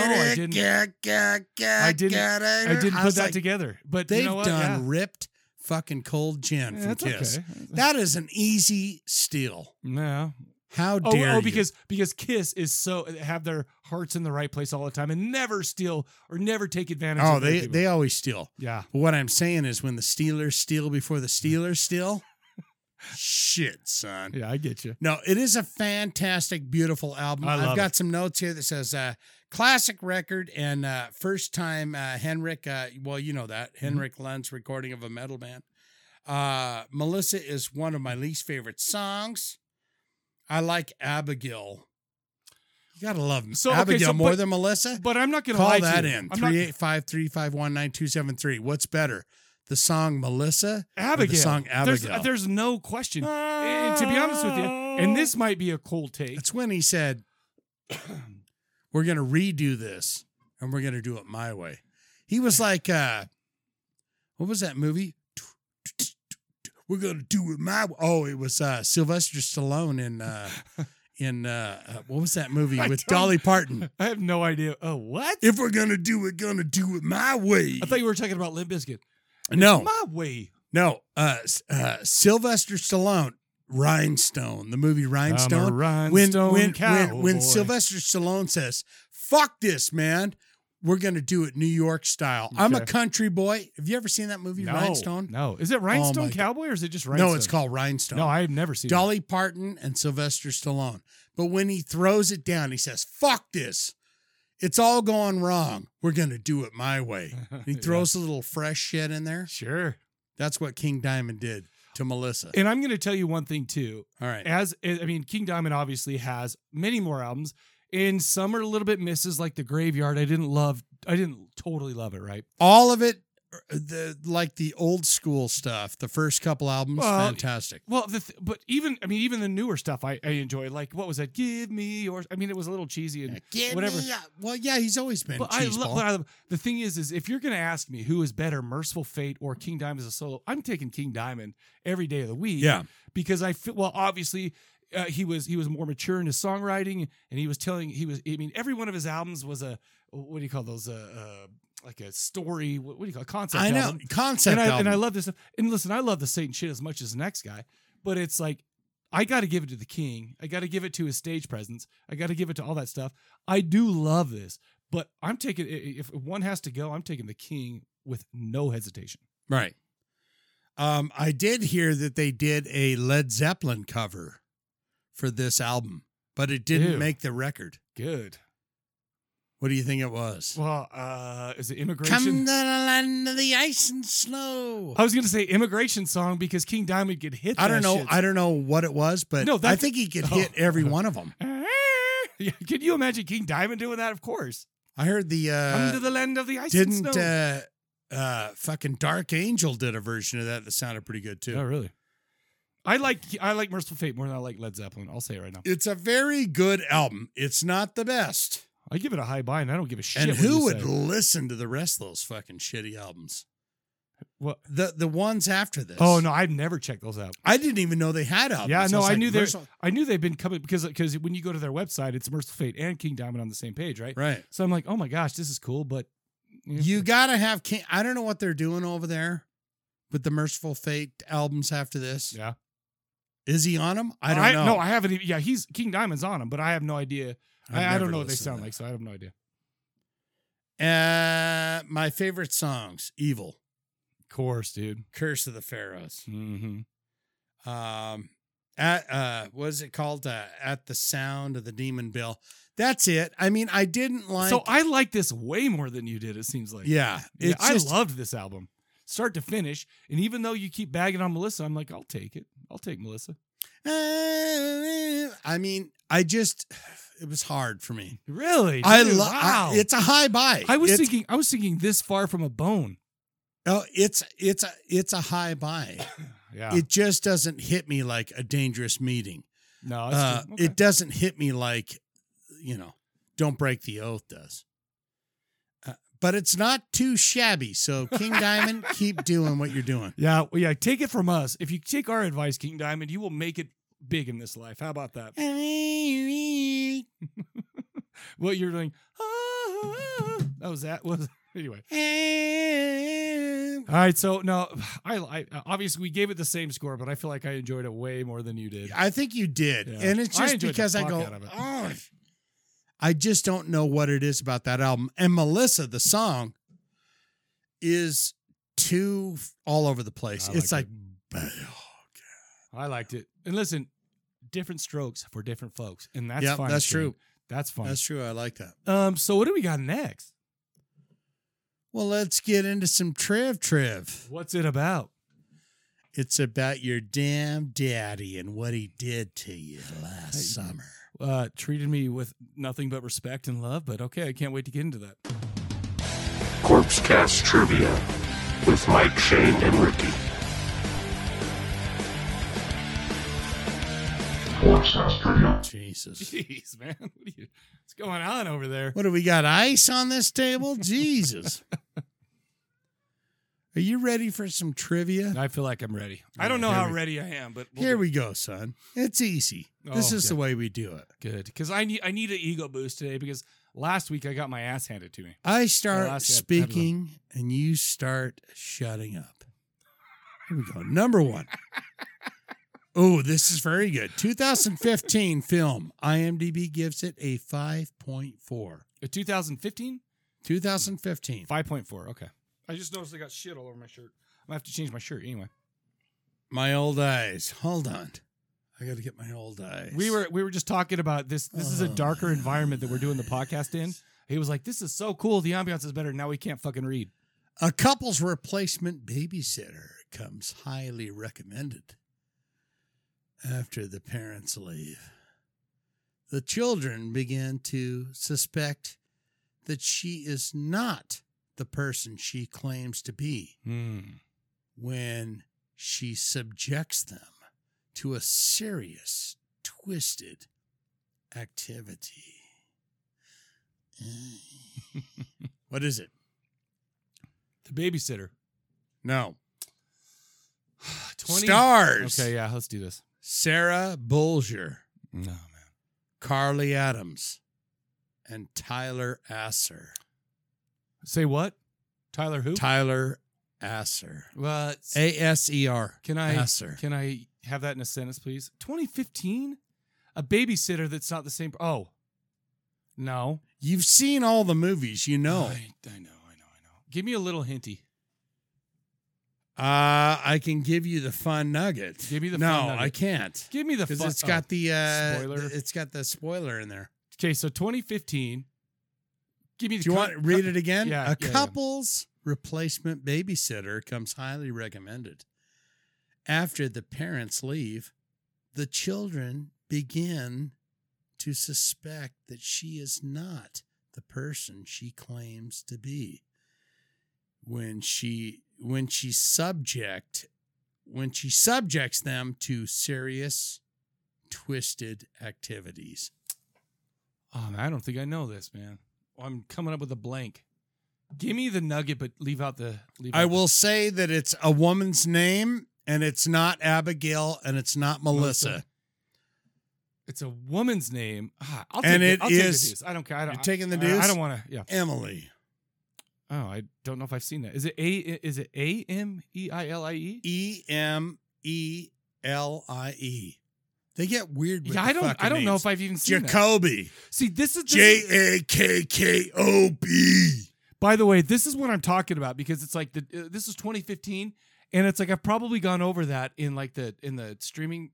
[SPEAKER 1] I didn't- I didn't put
[SPEAKER 2] was
[SPEAKER 1] that
[SPEAKER 2] like,
[SPEAKER 1] together, but
[SPEAKER 2] They've
[SPEAKER 1] you know what?
[SPEAKER 2] done
[SPEAKER 1] Yeah.
[SPEAKER 2] ripped fucking cold gin
[SPEAKER 1] Yeah,
[SPEAKER 2] from
[SPEAKER 1] that's
[SPEAKER 2] Kiss.
[SPEAKER 1] okay.
[SPEAKER 2] That is an easy steal.
[SPEAKER 1] no.
[SPEAKER 2] How
[SPEAKER 1] Oh,
[SPEAKER 2] dare
[SPEAKER 1] oh,
[SPEAKER 2] you?
[SPEAKER 1] because because Kiss is so have their hearts in the right place all the time and never steal or never take advantage.
[SPEAKER 2] oh,
[SPEAKER 1] of other
[SPEAKER 2] they
[SPEAKER 1] people.
[SPEAKER 2] they always steal.
[SPEAKER 1] yeah.
[SPEAKER 2] But what I'm saying is, when the Steelers steal before the Steelers steal, shit, son.
[SPEAKER 1] Yeah, I get you.
[SPEAKER 2] No, it is a fantastic, beautiful album.
[SPEAKER 1] I
[SPEAKER 2] I've
[SPEAKER 1] love
[SPEAKER 2] got some notes here that says uh, classic record and uh, first time uh, Henrik. Uh, well, you know that
[SPEAKER 1] Mm-hmm.
[SPEAKER 2] Henrik Lund's recording of a metal band. Uh, Melissa is one of my least favorite songs. I like Abigail. You gotta love m-
[SPEAKER 1] So, okay,
[SPEAKER 2] Abigail
[SPEAKER 1] so,
[SPEAKER 2] more
[SPEAKER 1] but-
[SPEAKER 2] than Melissa.
[SPEAKER 1] But I'm not gonna
[SPEAKER 2] Call
[SPEAKER 1] lie
[SPEAKER 2] that
[SPEAKER 1] to you.
[SPEAKER 2] in
[SPEAKER 1] I'm not-
[SPEAKER 2] three eight five three five one nine two seven three. What's better, the song Melissa or
[SPEAKER 1] Abigail.
[SPEAKER 2] the song
[SPEAKER 1] There's-
[SPEAKER 2] Abigail?
[SPEAKER 1] There's, no question. And to be honest with you, and this might be a cold take.
[SPEAKER 2] That's when he said, "We're gonna redo this, and we're gonna do it my way." He was like, uh, "What was that movie? We're gonna do it my way." Oh, it was uh, Sylvester Stallone in uh, in uh, uh, what was that movie
[SPEAKER 1] I
[SPEAKER 2] with
[SPEAKER 1] don't-
[SPEAKER 2] Dolly Parton?
[SPEAKER 1] I have no idea. Oh, what?
[SPEAKER 2] If we're gonna do it, gonna do it my way.
[SPEAKER 1] I thought you were talking about Limp Bizkit.
[SPEAKER 2] no,
[SPEAKER 1] My way.
[SPEAKER 2] no, uh, s- uh, Sylvester Stallone, Rhinestone, the movie Rhinestone. when when, when when Sylvester Stallone says, "Fuck this, man, we're gonna do it New York style." I'm a
[SPEAKER 1] Okay.
[SPEAKER 2] country boy. Have you ever seen that movie
[SPEAKER 1] no,
[SPEAKER 2] Rhinestone?
[SPEAKER 1] No, is it
[SPEAKER 2] Oh, my
[SPEAKER 1] Rhinestone
[SPEAKER 2] God.
[SPEAKER 1] Cowboy or is it just Rhinestone?
[SPEAKER 2] No, it's called Rhinestone.
[SPEAKER 1] No, I've never seen.
[SPEAKER 2] Dolly Parton and Sylvester Stallone. But when he throws it down, he says, "Fuck this." It's all gone wrong. We're gonna do it my way.
[SPEAKER 1] it.
[SPEAKER 2] And he throws a little fresh shit in there.
[SPEAKER 1] Yeah. Sure.
[SPEAKER 2] That's what King Diamond did to Melissa.
[SPEAKER 1] And I'm going to tell you one thing too.
[SPEAKER 2] All right.
[SPEAKER 1] As eh, I mean, King Diamond obviously has many more albums, and some are a little bit misses, like the Graveyard. I didn't love. I didn't totally love it. Right.
[SPEAKER 2] all of it uh, the like the old school stuff the first couple albums
[SPEAKER 1] Well,
[SPEAKER 2] fantastic
[SPEAKER 1] Well, the th- but even I mean, even the newer stuff I, I enjoy. Like what was that? Give me your. I mean, it was a little cheesy and
[SPEAKER 2] Give
[SPEAKER 1] whatever.
[SPEAKER 2] me a- well yeah he's always been
[SPEAKER 1] But I,
[SPEAKER 2] cheese
[SPEAKER 1] lo-
[SPEAKER 2] ball.
[SPEAKER 1] but I the thing is, is if you're going to ask me who is better, Merciful Fate or King Diamond as a solo, I'm taking King Diamond every day of the week.
[SPEAKER 2] yeah
[SPEAKER 1] because I feel well. Obviously, uh, he was he was more mature in his songwriting, and he was telling he was. I mean, every one of his albums was a what do you call those? Uh, uh, like a story. What, what do you call it? concept?
[SPEAKER 2] i know
[SPEAKER 1] album.
[SPEAKER 2] concept
[SPEAKER 1] And I,
[SPEAKER 2] album.
[SPEAKER 1] and I love this. stuff. And listen, I love the Satan shit as much as the next guy, but it's like I got to give it to the king. I got to give it to his stage presence. I got to give it to all that stuff. I do love this, but I'm taking i- i- if one has to go, I'm taking the king with no hesitation.
[SPEAKER 2] right um i did hear that they did a led zeppelin cover for this album but it didn't
[SPEAKER 1] Ew.
[SPEAKER 2] make the record
[SPEAKER 1] Good.
[SPEAKER 2] what do you think it was
[SPEAKER 1] Well, uh, is it immigration?
[SPEAKER 2] come to the land of the ice and snow
[SPEAKER 1] I was gonna say immigration song because King Diamond could hit.
[SPEAKER 2] i don't
[SPEAKER 1] Oh, that
[SPEAKER 2] know
[SPEAKER 1] shit.
[SPEAKER 2] i don't know what it was but
[SPEAKER 1] No,
[SPEAKER 2] i
[SPEAKER 1] that's-
[SPEAKER 2] think he could
[SPEAKER 1] Oh.
[SPEAKER 2] hit every one of them
[SPEAKER 1] Yeah, Can you imagine King Diamond doing that? Of course.
[SPEAKER 2] i heard the uh
[SPEAKER 1] Come to the land of the ice and
[SPEAKER 2] didn't
[SPEAKER 1] snow.
[SPEAKER 2] uh uh fucking dark angel did a version of that that sounded pretty good too
[SPEAKER 1] Oh, really? I like I like Merciful Fate more than I like Led Zeppelin. I'll say it right now.
[SPEAKER 2] it's a very good album it's not the best
[SPEAKER 1] I give it a high buy, and I don't give a shit.
[SPEAKER 2] and
[SPEAKER 1] what
[SPEAKER 2] who
[SPEAKER 1] you
[SPEAKER 2] would
[SPEAKER 1] say.
[SPEAKER 2] listen to the rest of those fucking shitty albums
[SPEAKER 1] What?
[SPEAKER 2] the the ones after this
[SPEAKER 1] Oh no, I've never checked those out.
[SPEAKER 2] i didn't even know they had albums
[SPEAKER 1] Yeah, no,
[SPEAKER 2] was
[SPEAKER 1] I
[SPEAKER 2] like,
[SPEAKER 1] knew they-
[SPEAKER 2] Merciful-
[SPEAKER 1] I knew they've been coming because because when you go to their website, it's Merciful Fate and King Diamond on the same page, right?
[SPEAKER 2] right
[SPEAKER 1] So I'm like, oh my gosh, this is cool, but yeah.
[SPEAKER 2] you gotta have King, i don't know what they're doing over there with the merciful fate albums after this
[SPEAKER 1] yeah,
[SPEAKER 2] is he on them i don't know
[SPEAKER 1] No, I haven't. Even, yeah, he's King Diamond's on him, but I have no idea.
[SPEAKER 2] I've
[SPEAKER 1] I, I
[SPEAKER 2] never
[SPEAKER 1] don't know what they
[SPEAKER 2] listened to
[SPEAKER 1] sound
[SPEAKER 2] that.
[SPEAKER 1] like, so I have no idea.
[SPEAKER 2] uh my favorite songs evil
[SPEAKER 1] Of course, dude.
[SPEAKER 2] curse of the pharaohs
[SPEAKER 1] Mm-hmm.
[SPEAKER 2] Um, at uh what is it called uh, at the sound of the demon bill that's it i mean i didn't like
[SPEAKER 1] so I like this way more than you did. It seems like
[SPEAKER 2] yeah
[SPEAKER 1] Yeah,
[SPEAKER 2] it's
[SPEAKER 1] I
[SPEAKER 2] just-
[SPEAKER 1] loved this album, start to finish. And even though you keep bagging on Melissa, I'm like, I'll take it. I'll take Melissa.
[SPEAKER 2] i mean i just it was hard for me
[SPEAKER 1] Really?
[SPEAKER 2] i
[SPEAKER 1] Dude,
[SPEAKER 2] love
[SPEAKER 1] wow.
[SPEAKER 2] it's a high buy
[SPEAKER 1] I was
[SPEAKER 2] It's-
[SPEAKER 1] thinking. I was thinking this far from a bone.
[SPEAKER 2] oh it's it's a it's a high buy
[SPEAKER 1] Yeah.
[SPEAKER 2] it just doesn't hit me like a dangerous meeting
[SPEAKER 1] no. It's
[SPEAKER 2] uh,
[SPEAKER 1] true. Okay.
[SPEAKER 2] it doesn't hit me like you know don't break the oath does uh, but it's not too shabby so king diamond keep doing what you're doing
[SPEAKER 1] Yeah, well, yeah. Take it from us. If you take our advice, King Diamond, you will make it big in this life. How about that?
[SPEAKER 2] Anyway,
[SPEAKER 1] What you're doing? "Ah," that was that. Was anyway. All right. So no, I, I obviously we gave it the same score, but I feel like I enjoyed it way more than you did.
[SPEAKER 2] I think you did.
[SPEAKER 1] Yeah.
[SPEAKER 2] And it's
[SPEAKER 1] I
[SPEAKER 2] just
[SPEAKER 1] enjoyed the
[SPEAKER 2] because I
[SPEAKER 1] fuck
[SPEAKER 2] go,
[SPEAKER 1] out of it.
[SPEAKER 2] oh, I just don't know what it is about that album. And Melissa, the song, is too f- all over the place.
[SPEAKER 1] I
[SPEAKER 2] it's like,
[SPEAKER 1] like I liked it. And listen, different strokes for different folks, and that's
[SPEAKER 2] Yep,
[SPEAKER 1] fine.
[SPEAKER 2] that's
[SPEAKER 1] too.
[SPEAKER 2] true.
[SPEAKER 1] That's fine.
[SPEAKER 2] that's true. I like that.
[SPEAKER 1] um. So what do we got next?
[SPEAKER 2] Well, let's get into some Triv Triv.
[SPEAKER 1] What's it about?
[SPEAKER 2] It's about your damn daddy and what he did to you last
[SPEAKER 1] Hey.
[SPEAKER 2] summer.
[SPEAKER 1] Uh, treated me with nothing but respect and love. But okay, I can't wait to get into that.
[SPEAKER 5] Corpse Cast Trivia with Mike, Shane, and Ricky.
[SPEAKER 6] Corpse Cast Trivia.
[SPEAKER 2] Jesus.
[SPEAKER 1] Jeez, man, what are you? What's going on over there?
[SPEAKER 2] What do we got? Ice on this table? Jesus. Are you ready for some trivia?
[SPEAKER 1] I feel like I'm ready. I don't know
[SPEAKER 2] Here
[SPEAKER 1] how
[SPEAKER 2] we-
[SPEAKER 1] ready I am, but we'll
[SPEAKER 2] Here
[SPEAKER 1] do
[SPEAKER 2] we go, son. It's easy. this
[SPEAKER 1] Oh,
[SPEAKER 2] is
[SPEAKER 1] okay.
[SPEAKER 2] the way we do it.
[SPEAKER 1] it. good because I need I need an ego boost today because last week I got my ass handed to me.
[SPEAKER 2] I
[SPEAKER 1] I'll
[SPEAKER 2] start
[SPEAKER 1] ask you-
[SPEAKER 2] speaking and you start shutting up. Here we go. Number one. Oh, this is very good. 2015 film. IMDb gives it a 5.4.
[SPEAKER 1] Uh, 2015,
[SPEAKER 2] 2015.
[SPEAKER 1] 5.4. Okay, I just noticed I got shit all over my shirt. I'm gonna have to change my shirt anyway.
[SPEAKER 2] My old eyes. Hold on. I got to get my old eyes.
[SPEAKER 1] We were we were just talking about this. This is a
[SPEAKER 2] Oh,
[SPEAKER 1] darker
[SPEAKER 2] my
[SPEAKER 1] environment that we're doing the podcast in.
[SPEAKER 2] eyes.
[SPEAKER 1] He was like, "This is so cool. The ambiance is better." Now we can't fucking read.
[SPEAKER 2] A couple's replacement babysitter comes highly recommended after the parents leave. The children begin to suspect that she is not the person she claims to be Hmm. when she subjects them to a serious, twisted activity. what is it?
[SPEAKER 1] The babysitter.
[SPEAKER 2] No.
[SPEAKER 1] 20
[SPEAKER 2] Stars.
[SPEAKER 1] Okay, yeah, let's do this.
[SPEAKER 2] Sarah Bolger,
[SPEAKER 1] No man.
[SPEAKER 2] Carly Adams, and Tyler Asser.
[SPEAKER 1] Say what? Tyler who?
[SPEAKER 2] Tyler Asser.
[SPEAKER 1] Well, it's-
[SPEAKER 2] A S E R.
[SPEAKER 1] Can I-
[SPEAKER 2] Asser.
[SPEAKER 1] can I have that in a sentence, please? 2015? A babysitter that's not the same. Oh, no.
[SPEAKER 2] You've seen all the movies, you know.
[SPEAKER 1] I, I know, I know, I know. Give me a little hinty.
[SPEAKER 2] Uh, I can give you the fun nugget.
[SPEAKER 1] Give me the
[SPEAKER 2] no,
[SPEAKER 1] fun nugget.
[SPEAKER 2] I can't
[SPEAKER 1] Give me the
[SPEAKER 2] because
[SPEAKER 1] fu-
[SPEAKER 2] it's got
[SPEAKER 1] oh.
[SPEAKER 2] the uh,
[SPEAKER 1] Spoiler.
[SPEAKER 2] It's got the spoiler in there.
[SPEAKER 1] okay. So 2015. Give me. The
[SPEAKER 2] Do you
[SPEAKER 1] co-
[SPEAKER 2] want read it again?
[SPEAKER 1] Yeah,
[SPEAKER 2] a
[SPEAKER 1] yeah, yeah.
[SPEAKER 2] couple's replacement babysitter comes highly recommended. After the parents leave, the children begin to suspect that she is not the person she claims to be. When she when she subject when she subjects them to serious twisted activities.
[SPEAKER 1] Oh, man, I don't think I know this, man. I'm coming up with a blank. Give me the nugget, but leave out the. Leave
[SPEAKER 2] I
[SPEAKER 1] out the-
[SPEAKER 2] will say that it's a woman's name and it's not Abigail and it's not Melissa.
[SPEAKER 1] It's a woman's name. Ah, I'll
[SPEAKER 2] And
[SPEAKER 1] take
[SPEAKER 2] it
[SPEAKER 1] the, I'll take the
[SPEAKER 2] is-
[SPEAKER 1] deuce. I don't care. I don't,
[SPEAKER 2] You're taking the
[SPEAKER 1] I-
[SPEAKER 2] deuce?
[SPEAKER 1] I, don't want to. Yeah.
[SPEAKER 2] Emily.
[SPEAKER 1] Oh, I don't know if I've seen that. Is it a? Is it a m e i l i e?
[SPEAKER 2] E M E L I E. They get weird with
[SPEAKER 1] Yeah,
[SPEAKER 2] the
[SPEAKER 1] I don't.
[SPEAKER 2] fucking
[SPEAKER 1] I don't know
[SPEAKER 2] names.
[SPEAKER 1] if I've even seen that.
[SPEAKER 2] Jacoby.
[SPEAKER 1] See, this is this is-
[SPEAKER 2] J A K K O B.
[SPEAKER 1] By the way, this is what I'm talking about because it's like the uh, this is 2015, and it's like I've probably gone over that in like the in the streaming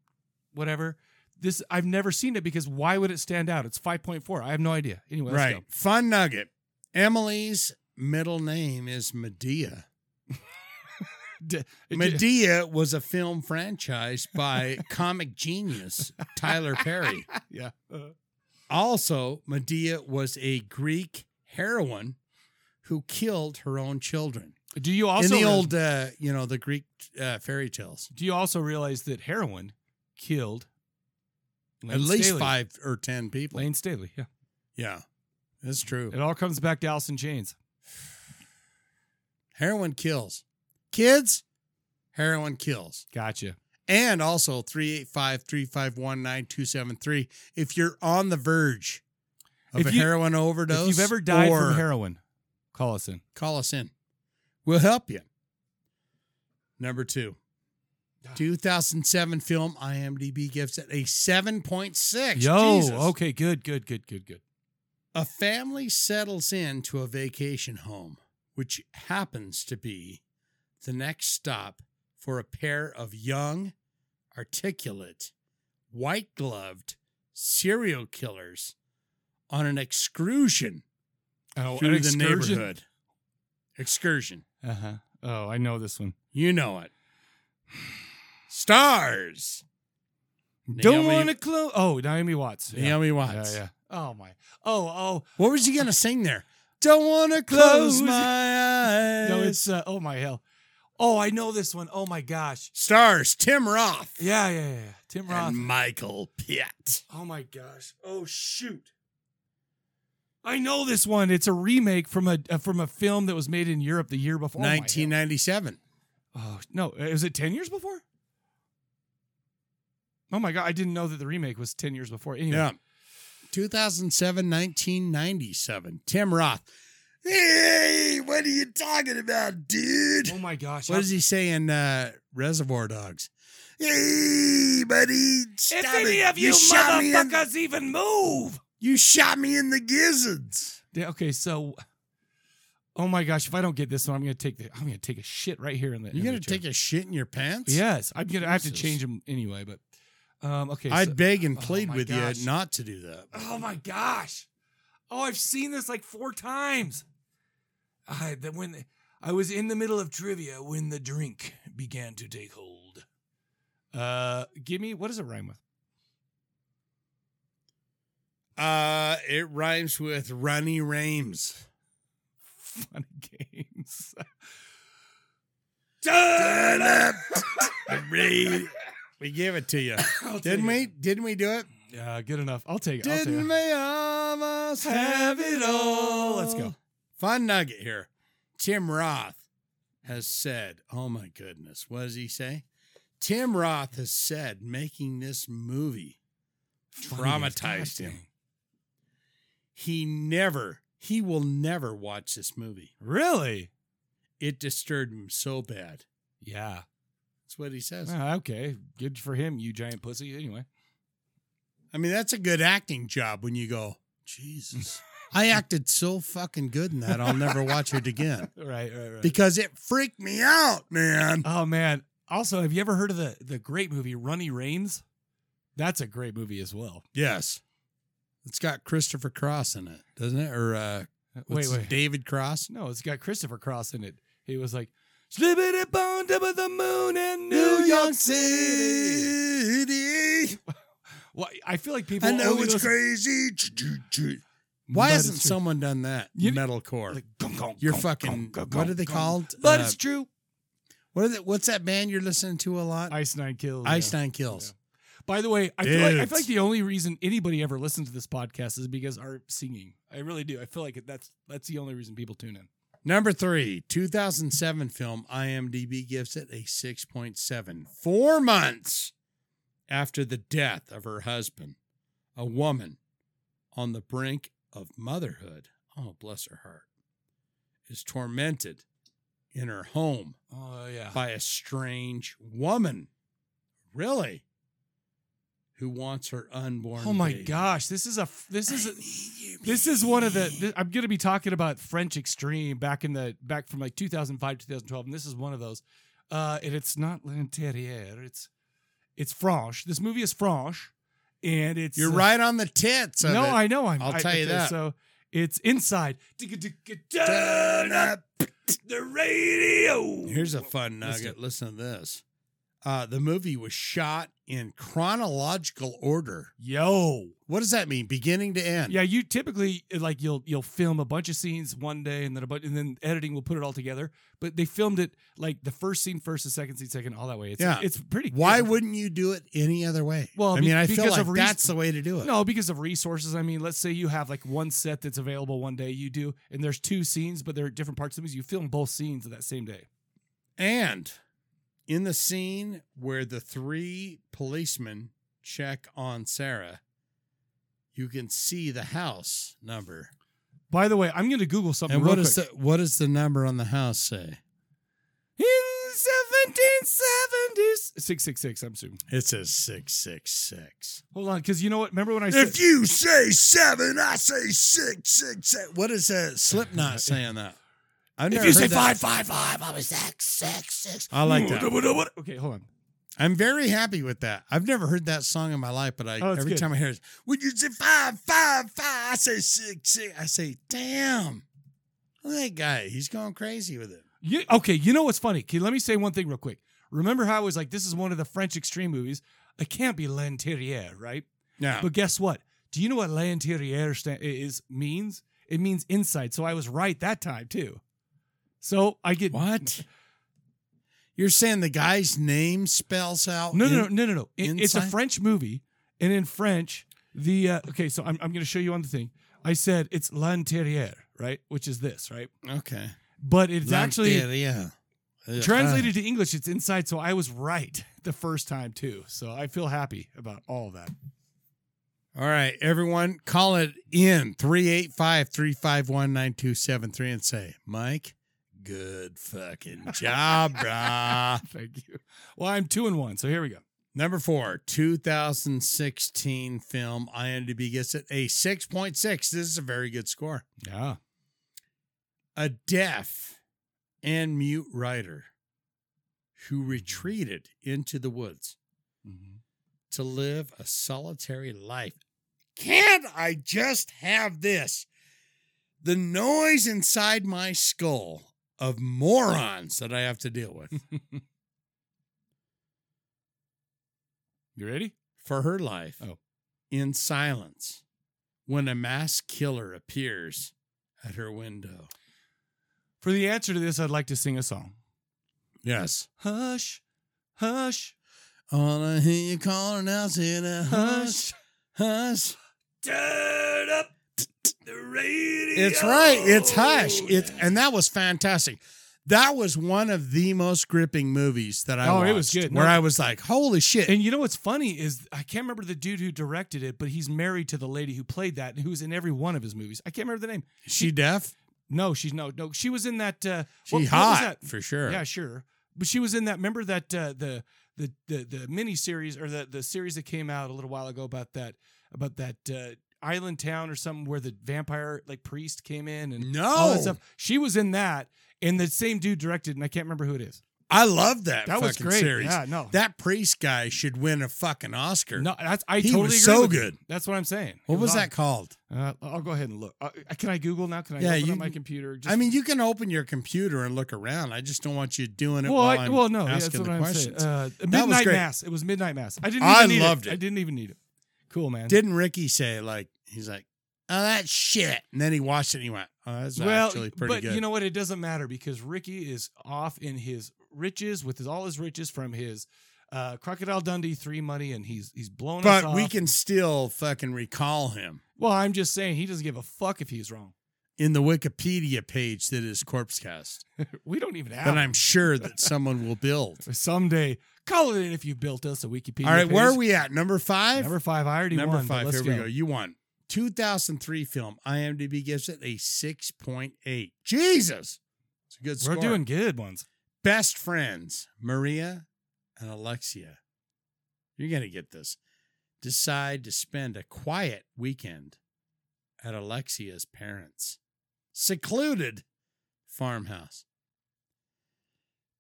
[SPEAKER 1] whatever. This I've never seen it because why would it stand out? It's five point four. I have no idea. Anyway, let's
[SPEAKER 2] right.
[SPEAKER 1] go.
[SPEAKER 2] Fun nugget. Emily's middle name is Medea.
[SPEAKER 1] D-
[SPEAKER 2] Medea was a film franchise by comic genius Tyler Perry.
[SPEAKER 1] yeah. Uh,
[SPEAKER 2] Also, Medea was a Greek heroine who killed her own children.
[SPEAKER 1] do you also
[SPEAKER 2] In the
[SPEAKER 1] real-
[SPEAKER 2] old, uh, you know, the Greek uh, fairy tales.
[SPEAKER 1] do you also realize that heroin killed
[SPEAKER 2] At least
[SPEAKER 1] Staley.
[SPEAKER 2] five or ten people.
[SPEAKER 1] Lane Staley? Yeah.
[SPEAKER 2] Yeah, that's true.
[SPEAKER 1] It all comes back to Alice in Chains.
[SPEAKER 2] Heroin kills. Kids, heroin kills.
[SPEAKER 1] Gotcha.
[SPEAKER 2] And also 385 351 9273. If you're on the verge of
[SPEAKER 1] If
[SPEAKER 2] a
[SPEAKER 1] you-
[SPEAKER 2] heroin overdose,
[SPEAKER 1] if you've ever died
[SPEAKER 2] or-
[SPEAKER 1] from heroin, call us in.
[SPEAKER 2] call us in. We'll help you. Number two.
[SPEAKER 1] Ah.
[SPEAKER 2] 2007 film IMDb gives it a 7.6.
[SPEAKER 1] Yo,
[SPEAKER 2] Jesus.
[SPEAKER 1] okay, good, good, good, good, good.
[SPEAKER 2] A family settles in to a vacation home, which happens to be the next stop for a pair of young, articulate, white gloved serial killers on an excursion
[SPEAKER 1] Oh,
[SPEAKER 2] through the neighborhood. Excursion.
[SPEAKER 1] Uh huh. Oh, I know this one.
[SPEAKER 2] You know it. Stars.
[SPEAKER 1] Don't
[SPEAKER 2] Naomi-
[SPEAKER 1] want to close. Oh, Naomi Watts. Yeah.
[SPEAKER 2] Naomi
[SPEAKER 1] yeah,
[SPEAKER 2] Watts.
[SPEAKER 1] yeah. Oh my. Oh,
[SPEAKER 2] What was he gonna sing there? Don't want to close
[SPEAKER 1] Close.
[SPEAKER 2] my
[SPEAKER 1] oh.
[SPEAKER 2] eyes.
[SPEAKER 1] No, it's. Uh, oh my hell. Oh, I know this one. Oh my gosh.
[SPEAKER 2] Stars Tim Roth
[SPEAKER 1] Yeah, yeah, yeah. yeah. Tim Roth.
[SPEAKER 2] and Michael Pitt.
[SPEAKER 1] Oh my gosh. Oh shoot. I know this one. It's a remake from a uh, from a film that was made in Europe the year before. Oh, my hell.
[SPEAKER 2] 1997.
[SPEAKER 1] Oh no, uh, was it ten years before? Oh my god, I didn't know that the remake was ten years before. Anyway,
[SPEAKER 2] Yeah. 2007, 1997. Tim Roth. Hey, what are you talking about, dude?
[SPEAKER 1] oh my gosh,
[SPEAKER 2] What
[SPEAKER 1] how-
[SPEAKER 2] does he say in uh, Reservoir Dogs? Hey, buddy, stop
[SPEAKER 1] if any
[SPEAKER 2] it.
[SPEAKER 1] of you,
[SPEAKER 2] shot me in-
[SPEAKER 1] motherfuckers even move?
[SPEAKER 2] you shot me in the gizzards.
[SPEAKER 1] Yeah, okay, so, oh my gosh, if I don't get this one, I'm gonna take the I'm gonna take a shit right here in the.
[SPEAKER 2] You're gonna take a shit in your pants?
[SPEAKER 1] Yes, I'm gonna I have to
[SPEAKER 2] Jesus.
[SPEAKER 1] change them anyway, but um, okay. so-
[SPEAKER 2] I'd beg and
[SPEAKER 1] Oh
[SPEAKER 2] plead
[SPEAKER 1] my
[SPEAKER 2] with
[SPEAKER 1] gosh.
[SPEAKER 2] you not to do that.
[SPEAKER 1] Oh my gosh. Oh, I've seen this like four times. I that when I was in the middle of trivia when the drink began to take hold. Uh give me what does it rhyme with?
[SPEAKER 2] Uh, it rhymes with Ronnie Rames.
[SPEAKER 1] Funny games.
[SPEAKER 2] Turn up the radio. We gave it to you,
[SPEAKER 1] I'll take
[SPEAKER 2] didn't we?
[SPEAKER 1] it.
[SPEAKER 2] Didn't we do it?
[SPEAKER 1] Yeah, good enough. I'll take it. I'll take
[SPEAKER 2] Didn't
[SPEAKER 1] it.
[SPEAKER 2] we almost
[SPEAKER 1] Have it all. Let's go.
[SPEAKER 2] Fun nugget here. Tim Roth has said, "Oh my goodness, what does he say?" Tim Roth has said, making this movie
[SPEAKER 1] Funny games.
[SPEAKER 2] traumatized
[SPEAKER 1] God
[SPEAKER 2] him.
[SPEAKER 1] dang.
[SPEAKER 2] He never, he will never watch this movie.
[SPEAKER 1] Really?
[SPEAKER 2] It disturbed him so bad.
[SPEAKER 1] Yeah.
[SPEAKER 2] That's what he says.
[SPEAKER 1] Ah, okay. Good for him, you giant pussy. Anyway.
[SPEAKER 2] I mean, that's a good acting job when you go, Jesus, I acted so fucking good in that, I'll never watch it again
[SPEAKER 1] Right, right, right.
[SPEAKER 2] because it freaked me out, man.
[SPEAKER 1] Oh man! Also, have you ever heard of the the great movie Runny Rains? That's a great movie as well.
[SPEAKER 2] Yes. It's got Christopher Cross in it, doesn't it? Or uh, what's
[SPEAKER 1] Wait,
[SPEAKER 2] his-
[SPEAKER 1] wait.
[SPEAKER 2] David Cross?
[SPEAKER 1] No, it's got Christopher Cross in it. He was like, "Slippity bone up of the moon in New York City."
[SPEAKER 2] City.
[SPEAKER 1] Well, I feel like people.
[SPEAKER 2] I know
[SPEAKER 1] only
[SPEAKER 2] it's
[SPEAKER 1] listen-
[SPEAKER 2] crazy. Why
[SPEAKER 1] But
[SPEAKER 2] hasn't
[SPEAKER 1] it's true.
[SPEAKER 2] someone done that?
[SPEAKER 1] You-
[SPEAKER 2] Metalcore.
[SPEAKER 1] Like, gong, gong,
[SPEAKER 2] You're
[SPEAKER 1] gong,
[SPEAKER 2] fucking.
[SPEAKER 1] gong, gong,
[SPEAKER 2] what are they
[SPEAKER 1] gong.
[SPEAKER 2] called?
[SPEAKER 1] But
[SPEAKER 2] Uh,
[SPEAKER 1] it's true.
[SPEAKER 2] what are they, what's that band you're listening to a lot?
[SPEAKER 1] Ice Nine Kills. yeah.
[SPEAKER 2] Einstein Kills.
[SPEAKER 1] By the way, I feel, like, I
[SPEAKER 2] Dudes.
[SPEAKER 1] feel like the only reason anybody ever listens to this podcast is because our singing. I really do. I feel like that's that's the only reason people tune in.
[SPEAKER 2] Number three, 2007 film, IMDb gives it a 6.7. Four months after the death of her husband, a woman on the brink of motherhood, oh, bless her heart, is tormented in her home
[SPEAKER 1] Oh yeah.
[SPEAKER 2] by a strange woman. Really? Who wants her unborn?
[SPEAKER 1] Oh my
[SPEAKER 2] baby.
[SPEAKER 1] gosh, this is a f- this is a, this is one of the th- I'm going to be talking about French Extreme back in the back from like 2005 2012 and this is one of those uh and it's not L'Intérieur, it's It's Franche. This movie is Franche, and it's
[SPEAKER 2] You're
[SPEAKER 1] uh,
[SPEAKER 2] right on the tits. Of
[SPEAKER 1] no,
[SPEAKER 2] it.
[SPEAKER 1] I know. I'm,
[SPEAKER 2] I'll
[SPEAKER 1] I-
[SPEAKER 2] tell you
[SPEAKER 1] okay,
[SPEAKER 2] that.
[SPEAKER 1] So it's inside. Turn up the radio.
[SPEAKER 2] Here's a fun
[SPEAKER 1] Listen.
[SPEAKER 2] nugget. Listen to this. Uh, the movie was shot in chronological order.
[SPEAKER 1] yo.
[SPEAKER 2] What does that mean? Beginning to end.
[SPEAKER 1] Yeah, you typically eh, like you'll you'll film a bunch of scenes one day, and then a bunch, and then editing will put it all together. But they filmed it like the first scene first, the second scene second, all that way. It's,
[SPEAKER 2] Yeah.
[SPEAKER 1] it's pretty.
[SPEAKER 2] Why
[SPEAKER 1] good.
[SPEAKER 2] wouldn't you do it any other way?
[SPEAKER 1] Well,
[SPEAKER 2] I
[SPEAKER 1] be-
[SPEAKER 2] mean, I feel
[SPEAKER 1] because
[SPEAKER 2] like
[SPEAKER 1] of reas-
[SPEAKER 2] that's the way to do it.
[SPEAKER 1] No, because of resources. I mean, let's say you have like one set that's available one day, you do, and there's two scenes, but they're at different parts of the movie. You film both scenes that same day.
[SPEAKER 2] And in the scene where the three policemen check on Sarah, you can see the house number.
[SPEAKER 1] By the way, I'm going to Google something.
[SPEAKER 2] And
[SPEAKER 1] real
[SPEAKER 2] what is
[SPEAKER 1] quick.
[SPEAKER 2] the what does the number on the house say?
[SPEAKER 1] in 1770s? 666, I'm assuming.
[SPEAKER 2] It says six six six.
[SPEAKER 1] Hold on, because you know what? Remember when I said.
[SPEAKER 2] If you say seven, I say six six seven. What is a Slipknot saying that? I've never heard that.
[SPEAKER 3] five, five, I was six, six, six.
[SPEAKER 2] I like that.
[SPEAKER 1] okay, hold on.
[SPEAKER 2] I'm very happy with that. I've never heard that song in my life, but I
[SPEAKER 1] Oh, it's
[SPEAKER 2] every
[SPEAKER 1] good.
[SPEAKER 2] time I hear it, when you say five, five, five, I say six, six. I say, damn. Look at that guy. He's going crazy with it.
[SPEAKER 1] You, okay, you know what's funny? Okay, let me say one thing real quick. Remember how I was like, this is one of the French extreme movies. It can't be L'Intérieur, right?
[SPEAKER 2] Yeah.
[SPEAKER 1] But guess what? Do you know what l'intérieur sta- is means? It means inside. So I was right that time too. So I get
[SPEAKER 2] what? You're saying the guy's name spells out?
[SPEAKER 1] No,
[SPEAKER 2] in-
[SPEAKER 1] no, no, no, no, no. It- it's a
[SPEAKER 2] inside?
[SPEAKER 1] French movie, and in French, the uh, okay. So I'm I'm going to show you on the thing. I said it's l'intérieur, right? Which is this, right?
[SPEAKER 2] Okay.
[SPEAKER 1] But it's actually
[SPEAKER 2] yeah.
[SPEAKER 1] translated to English. It's inside. So I was right the first time too. So I feel happy about all that.
[SPEAKER 2] All right, everyone, call it in 385 351 9273 and say, Mike, good fucking job, brah.
[SPEAKER 1] Thank you. Well, I'm two and one. So here we go.
[SPEAKER 2] Number four, 2016 film. IMDb gets it a 6.6. This is a very good score.
[SPEAKER 1] Yeah.
[SPEAKER 2] A deaf and mute writer who retreated into the woods
[SPEAKER 1] Mm-hmm.
[SPEAKER 2] to live a solitary life. Can't I just have this? The noise inside my skull of morons that I have to deal with
[SPEAKER 1] You ready?
[SPEAKER 2] for her life
[SPEAKER 1] Oh.
[SPEAKER 2] in silence when a mass killer appears at her window.
[SPEAKER 1] For the answer to this, I'd like to sing a song.
[SPEAKER 2] Yes.
[SPEAKER 1] Hush, hush,
[SPEAKER 2] All I hear you calling out, say that hush,
[SPEAKER 1] hush.
[SPEAKER 2] hush.
[SPEAKER 1] Turn up the radio.
[SPEAKER 2] It's right. It's hush. It's and that was fantastic. That was one of the most gripping movies that I
[SPEAKER 1] Oh,
[SPEAKER 2] watched.
[SPEAKER 1] it was good.
[SPEAKER 2] Where
[SPEAKER 1] No.
[SPEAKER 2] I was like, "Holy shit!"
[SPEAKER 1] And you know what's funny is I can't remember the dude who directed it, but he's married to the lady who played that and who's in every one of his movies. I can't remember the name.
[SPEAKER 2] she deaf.
[SPEAKER 1] No, she's no, no. She was in that. Uh,
[SPEAKER 2] She
[SPEAKER 1] what- what was
[SPEAKER 2] hot
[SPEAKER 1] that?
[SPEAKER 2] for sure.
[SPEAKER 1] Yeah, sure. But she was in that. Remember that uh, the the the the mini series or the the series that came out a little while ago about that about that uh, island town or something where the vampire like priest came in and all
[SPEAKER 2] No,
[SPEAKER 1] that stuff. She was in that, and the same dude directed, and I can't remember who it is.
[SPEAKER 2] I love that.
[SPEAKER 1] That was
[SPEAKER 2] fucking
[SPEAKER 1] great.
[SPEAKER 2] Series.
[SPEAKER 1] Yeah, no,
[SPEAKER 2] That priest guy should win a fucking Oscar.
[SPEAKER 1] no, that's I
[SPEAKER 2] He
[SPEAKER 1] totally
[SPEAKER 2] was
[SPEAKER 1] agree
[SPEAKER 2] so
[SPEAKER 1] with you.
[SPEAKER 2] good.
[SPEAKER 1] That's what I'm saying.
[SPEAKER 2] What
[SPEAKER 1] It
[SPEAKER 2] was that
[SPEAKER 1] awesome.
[SPEAKER 2] called?
[SPEAKER 1] Uh, I'll go ahead and look. Uh, can I Google now? Can I
[SPEAKER 2] Yeah,
[SPEAKER 1] open
[SPEAKER 2] you
[SPEAKER 1] up my
[SPEAKER 2] can-
[SPEAKER 1] computer? Just,
[SPEAKER 2] I mean, you can open your computer and look around. I just don't want you doing it
[SPEAKER 1] well,
[SPEAKER 2] while
[SPEAKER 1] I,
[SPEAKER 2] I'm
[SPEAKER 1] well, no, yeah, that's
[SPEAKER 2] asking
[SPEAKER 1] what
[SPEAKER 2] the
[SPEAKER 1] I'm
[SPEAKER 2] questions.
[SPEAKER 1] saying. Uh,
[SPEAKER 2] was
[SPEAKER 1] midnight
[SPEAKER 2] great.
[SPEAKER 1] mass. It was midnight mass. I didn't. Even
[SPEAKER 2] I
[SPEAKER 1] need
[SPEAKER 2] loved it.
[SPEAKER 1] I didn't even need it. Cool man.
[SPEAKER 2] Didn't Ricky say like he's like, oh that shit, and then he watched it and he went, oh that's actually pretty
[SPEAKER 1] but
[SPEAKER 2] good.
[SPEAKER 1] you know what? It doesn't matter because Ricky is off in his riches with his, all his riches from his uh, Crocodile Dundee three money, and he's he's blown us
[SPEAKER 2] but we
[SPEAKER 1] off.
[SPEAKER 2] can still fucking recall him
[SPEAKER 1] Well, I'm just saying he doesn't give a fuck if he's wrong.
[SPEAKER 2] in the Wikipedia page that is Corpsecast
[SPEAKER 1] We don't even have.
[SPEAKER 2] that
[SPEAKER 1] him.
[SPEAKER 2] I'm sure that someone will build.
[SPEAKER 1] someday call it in if you built us a Wikipedia.
[SPEAKER 2] All right, where are
[SPEAKER 1] page.
[SPEAKER 2] we at? Number five.
[SPEAKER 1] Number five. I already
[SPEAKER 2] Number
[SPEAKER 1] won. but
[SPEAKER 2] five.
[SPEAKER 1] let's
[SPEAKER 2] Here we go. You won. 2003 film. IMDb gives it a 6.8. Jesus, it's a good score.
[SPEAKER 1] We're doing good ones.
[SPEAKER 2] best friends, Maria and Alexia. You're going to get this. Decide to spend a quiet weekend at Alexia's parents' secluded farmhouse.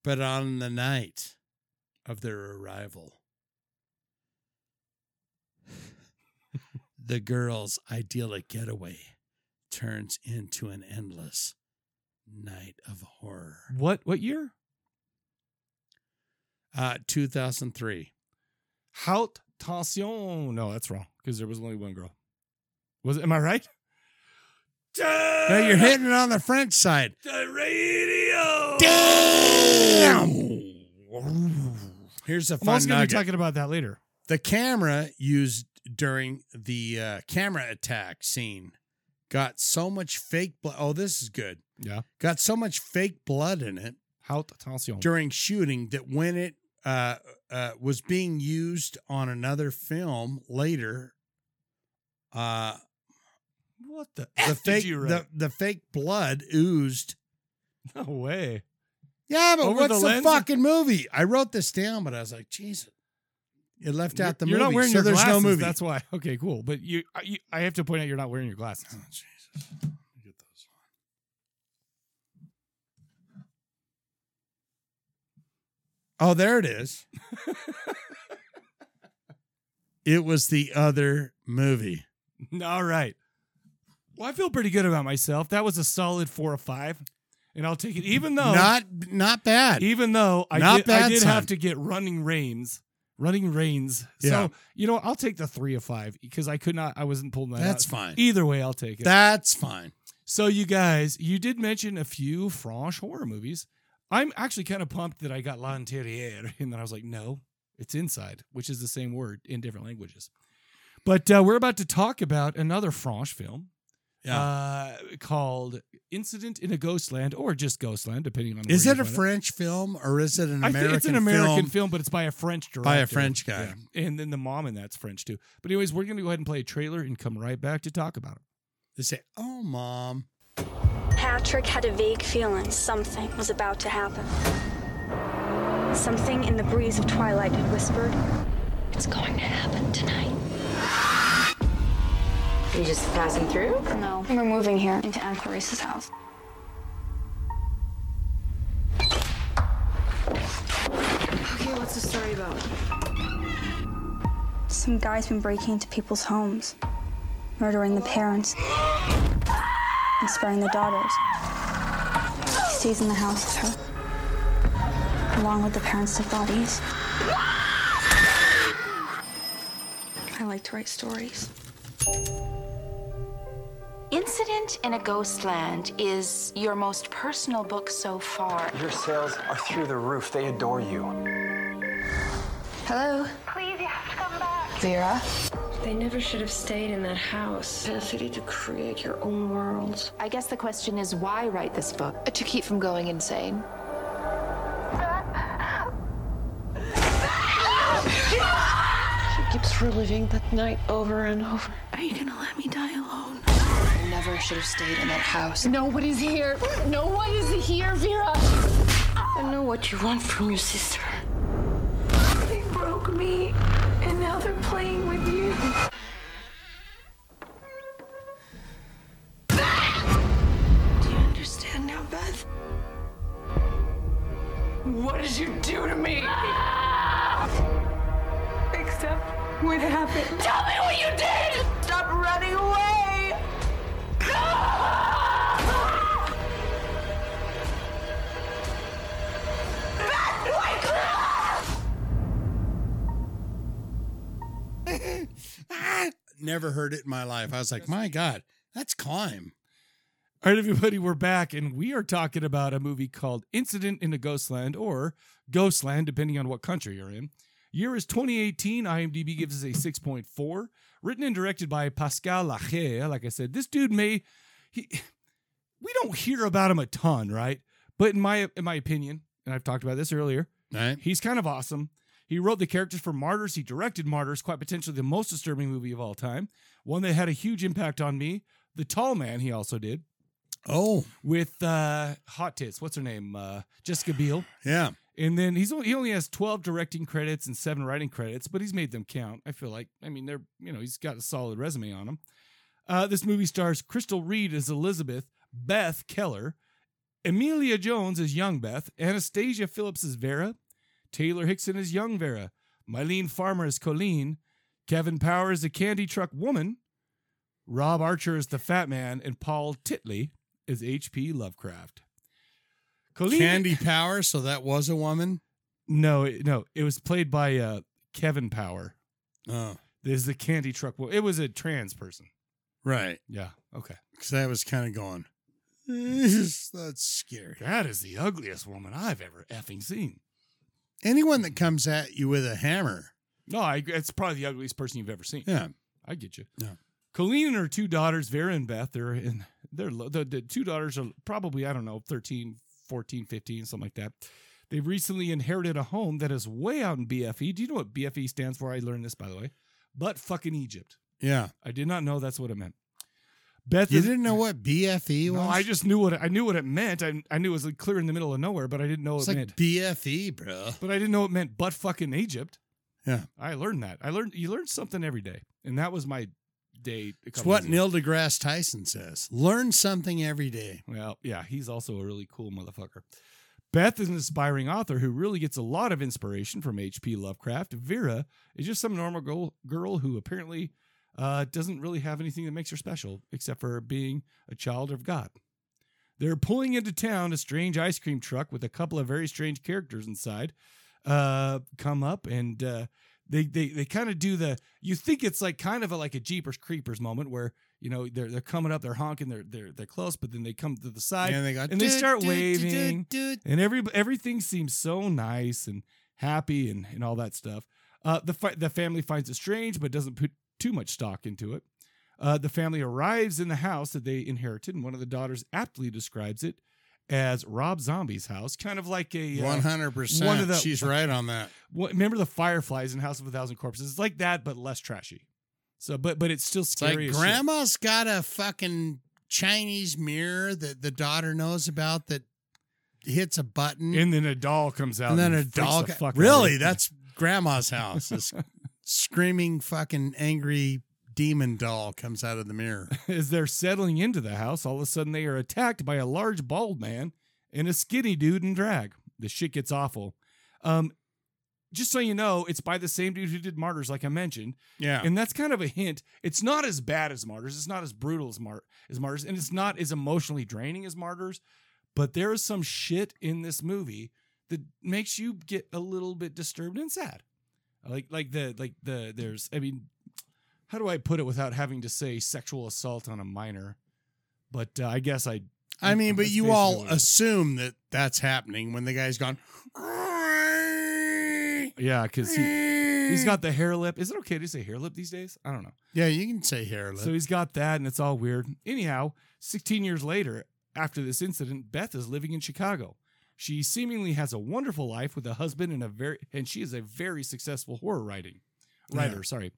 [SPEAKER 2] But on the night of their arrival, the girl's idyllic getaway turns into an endless night of horror.
[SPEAKER 1] What what year?
[SPEAKER 2] Uh, 2003.
[SPEAKER 1] Haute tension. No, that's wrong because there was only one girl. Was it? Am I right?
[SPEAKER 2] Now you're hitting it on the French side.
[SPEAKER 1] the radio.
[SPEAKER 2] Here's a
[SPEAKER 1] I'm
[SPEAKER 2] fun
[SPEAKER 1] also going to
[SPEAKER 2] nugget.
[SPEAKER 1] be talking about that later.
[SPEAKER 2] the camera used during the uh, camera attack scene got so much fake blood. Oh, this is good.
[SPEAKER 1] Yeah.
[SPEAKER 2] Got so much fake blood in it
[SPEAKER 1] Haute tension.
[SPEAKER 2] during shooting that when it uh, uh, was being used on another film later, uh,
[SPEAKER 1] What the? F
[SPEAKER 2] the
[SPEAKER 1] did
[SPEAKER 2] fake
[SPEAKER 1] you
[SPEAKER 2] the,
[SPEAKER 1] write?
[SPEAKER 2] the fake blood oozed.
[SPEAKER 1] no way.
[SPEAKER 2] Yeah, but
[SPEAKER 1] Over
[SPEAKER 2] what's
[SPEAKER 1] the
[SPEAKER 2] the,
[SPEAKER 1] lens?
[SPEAKER 2] fucking movie? I wrote this down, but I was like, Jesus, it left out the
[SPEAKER 1] you're
[SPEAKER 2] movie.
[SPEAKER 1] not wearing
[SPEAKER 2] so
[SPEAKER 1] your
[SPEAKER 2] there's
[SPEAKER 1] glasses.
[SPEAKER 2] no movie.
[SPEAKER 1] That's why. Okay, cool. But you, I, you, I have to point out you're not wearing your glasses.
[SPEAKER 2] Oh, Jesus. Let me get those on. Oh, there it is. it was the other movie.
[SPEAKER 1] All right. Well, I feel pretty good about myself. That was a solid four or five, and I'll take it. Even though,
[SPEAKER 2] Not not bad.
[SPEAKER 1] even though I
[SPEAKER 2] Not
[SPEAKER 1] did, I
[SPEAKER 2] bad,
[SPEAKER 1] did
[SPEAKER 2] son.
[SPEAKER 1] have to get running reins, running reins.
[SPEAKER 2] Yeah.
[SPEAKER 1] So you know, I'll take the three of five because I could not. I wasn't pulling that.
[SPEAKER 2] That's
[SPEAKER 1] out.
[SPEAKER 2] fine.
[SPEAKER 1] Either way, I'll take it.
[SPEAKER 2] That's fine.
[SPEAKER 1] So you guys, you did mention a few French horror movies. I'm actually kind of pumped that I got l'intérieur, and then I was like, no, it's inside, which is the same word in different languages. But uh, we're about to talk about another French film
[SPEAKER 2] Yeah.
[SPEAKER 1] uh, called "Incident in a Ghostland" or just "Ghostland," depending on.
[SPEAKER 2] is
[SPEAKER 1] where
[SPEAKER 2] it
[SPEAKER 1] you
[SPEAKER 2] a
[SPEAKER 1] find
[SPEAKER 2] French film or is it an
[SPEAKER 1] I
[SPEAKER 2] American
[SPEAKER 1] think it's an American
[SPEAKER 2] film?
[SPEAKER 1] film, but it's by a French director.
[SPEAKER 2] By a French guy.
[SPEAKER 1] Yeah. and then the mom in that's French too. But anyways, we're going to go ahead and play a trailer and come right back to talk about it.
[SPEAKER 2] They say, "Oh, mom."
[SPEAKER 7] Patrick had a vague feeling something was about to happen. Something in the breeze of twilight had whispered,
[SPEAKER 8] It's going to happen tonight.
[SPEAKER 9] You just passing through?
[SPEAKER 7] No, we're moving here into Aunt Clarice's house.
[SPEAKER 9] Okay, what's the story about?
[SPEAKER 7] Some guy's been breaking into people's homes, murdering the parents, and sparing the daughters. He stays in the house with her, along with the parents' dead bodies. I like to write stories.
[SPEAKER 8] Incident in a Ghostland is your most personal book so far.
[SPEAKER 10] Your sales are through the roof. They adore you.
[SPEAKER 8] Hello,
[SPEAKER 7] Please, you have to come back.
[SPEAKER 8] Vera.
[SPEAKER 9] They never should have stayed in that house. Ability to create your own world.
[SPEAKER 8] I guess the question is why write this book? Uh, To keep from going insane.
[SPEAKER 9] She keeps reliving that night over and over. Are you gonna let me die alone?
[SPEAKER 8] I never should have stayed in that house. No one is here. No one is here, Vera.
[SPEAKER 9] I know what you want from your sister. They broke me, and now they're playing with you. Do you understand now, Beth? What did you do to me? Except what happened. Tell me what you did! Stop running away!
[SPEAKER 2] Ah, never heard it in my life. I was like, "My God, that's climb."
[SPEAKER 1] All right, everybody, we're back, and we are talking about a movie called Incident in a Ghostland or Ghostland, depending on what country you're in. Year is 2018. IMDb gives us a 6.4. Written and directed by Pascal Lachaise. Like I said, this dude may he. We don't hear about him a ton, right? But in my in my opinion, and I've talked about this earlier,
[SPEAKER 2] Right?
[SPEAKER 1] He's kind of awesome. He wrote the characters for Martyrs. He directed Martyrs, quite potentially the most disturbing movie of all time. One that had a huge impact on me. The Tall Man, he also did
[SPEAKER 2] Oh,
[SPEAKER 1] with uh, Hot Tits. What's her name? Uh, Jessica Biel.
[SPEAKER 2] yeah.
[SPEAKER 1] And then he's only, he only has 12 directing credits and seven writing credits, but he's made them count. I feel like, I mean, they're, you know, he's got a solid resume on him. Uh, this movie stars Crystal Reed as Elizabeth, Beth Keller, Amelia Jones as young Beth, Anastasia Phillips as Vera, Taylor Hickson as young Vera, Mylene Farmer as Colleen, Kevin Powers, the candy truck woman, Rob Archer is the Fat Man, and Paul Titley is H.P. Lovecraft. Colleen-
[SPEAKER 2] Candy Power, so that was a woman.
[SPEAKER 1] No, it- no, it was played by uh, Kevin Power.
[SPEAKER 2] Oh,
[SPEAKER 1] This is the candy truck. wo- It was a trans person.
[SPEAKER 2] right.
[SPEAKER 1] Yeah. Okay.
[SPEAKER 2] Because I was kind of going, that's scary.
[SPEAKER 1] That is the ugliest woman I've ever effing seen.
[SPEAKER 2] Anyone that comes at you with a hammer.
[SPEAKER 1] No, I, agree. it's probably the ugliest person you've ever seen.
[SPEAKER 2] Yeah.
[SPEAKER 1] I get you.
[SPEAKER 2] Yeah.
[SPEAKER 1] Colleen and her two daughters, Vera and Beth, they're in they're lo- the, the two daughters are probably I don't know 13, 14, 15, something like that. They recently inherited a home that is way out in BFE. Do you know what BFE stands for? I learned this by the way. But fucking Egypt.
[SPEAKER 2] Yeah.
[SPEAKER 1] I did not know that's what it meant. Beth
[SPEAKER 2] You
[SPEAKER 1] is-
[SPEAKER 2] didn't know what BFE was?
[SPEAKER 1] No, I just knew what it, I knew what it meant. I, I knew it was like clear in the middle of nowhere, but I didn't know
[SPEAKER 2] It's
[SPEAKER 1] it
[SPEAKER 2] like
[SPEAKER 1] meant.
[SPEAKER 2] BFE, bro.
[SPEAKER 1] but I didn't know it meant but fucking Egypt.
[SPEAKER 2] Yeah.
[SPEAKER 1] I learned that. I learned you learn something every day, and that was my day. a
[SPEAKER 2] It's
[SPEAKER 1] couple
[SPEAKER 2] what
[SPEAKER 1] days ago.
[SPEAKER 2] Neil deGrasse Tyson says. Learn something every day.
[SPEAKER 1] Well, yeah, he's also a really cool motherfucker. Beth is an aspiring author who really gets a lot of inspiration from H.P. Lovecraft. Vera is just some normal girl, girl who apparently uh, doesn't really have anything that makes her special except for being a child of God. They're pulling into town. A strange ice cream truck with a couple of very strange characters inside uh, come up, and uh, they they they kind of do the. You think it's like kind of a, like a Jeepers Creepers moment where you know they're they're coming up, they're honking, they're they're they're close, but then they come to the side
[SPEAKER 2] and they go,
[SPEAKER 1] and they
[SPEAKER 2] "Doot,
[SPEAKER 1] start
[SPEAKER 2] doot, doot,
[SPEAKER 1] waving."
[SPEAKER 2] doot, doot."
[SPEAKER 1] and every everything seems so nice and happy and, and all that stuff. Uh, the fi- the family finds it strange, but doesn't put too much stock into it. Uh, the family arrives in the house that they inherited, and one of the daughters aptly describes it as Rob Zombie's house, kind of like a uh,
[SPEAKER 2] 100%.
[SPEAKER 1] One of the-
[SPEAKER 2] She's right on that.
[SPEAKER 1] wha- remember the fireflies in House of a Thousand Corpses. It's like that, but less trashy. So, but but it's still
[SPEAKER 2] It's like
[SPEAKER 1] scary. as shit.
[SPEAKER 2] grandma's got a fucking Chinese mirror that the daughter knows about that hits a button.
[SPEAKER 1] and then a doll comes out,
[SPEAKER 2] and then a
[SPEAKER 1] freaks
[SPEAKER 2] dog.
[SPEAKER 1] the fuck out of
[SPEAKER 2] really?
[SPEAKER 1] you.
[SPEAKER 2] That's grandma's house. This screaming fucking angry demon doll comes out of the mirror.
[SPEAKER 1] As they're settling into the house, all of a sudden they are attacked by a large bald man and a skinny dude in drag. The shit gets awful. Um, just so you know, it's by the same dude who did Martyrs, like I mentioned,
[SPEAKER 2] Yeah.
[SPEAKER 1] and that's kind of a hint. It's not as bad as Martyrs. It's not as brutal as, Mar- as Martyrs, and it's not as emotionally draining as Martyrs. But there is some shit in this movie that makes you get a little bit disturbed and sad. Like like the like the there's I mean, how do I put it without having to say sexual assault on a minor? But uh, I guess I
[SPEAKER 2] I mean, but
[SPEAKER 1] That's
[SPEAKER 2] you
[SPEAKER 1] basically
[SPEAKER 2] all
[SPEAKER 1] what it is.
[SPEAKER 2] assume that that's happening when the guy's gone.
[SPEAKER 1] yeah because he he's got the hair lip. Is it okay to say hair lip these days? I don't know.
[SPEAKER 2] Yeah, you can say hair.
[SPEAKER 1] So he's got that, and it's all weird. Anyhow, 16 years later, after this incident, Beth is living in Chicago. She seemingly has a wonderful life with a husband and a very, and she is a very successful horror writing writer.
[SPEAKER 2] Yeah.
[SPEAKER 1] Sorry.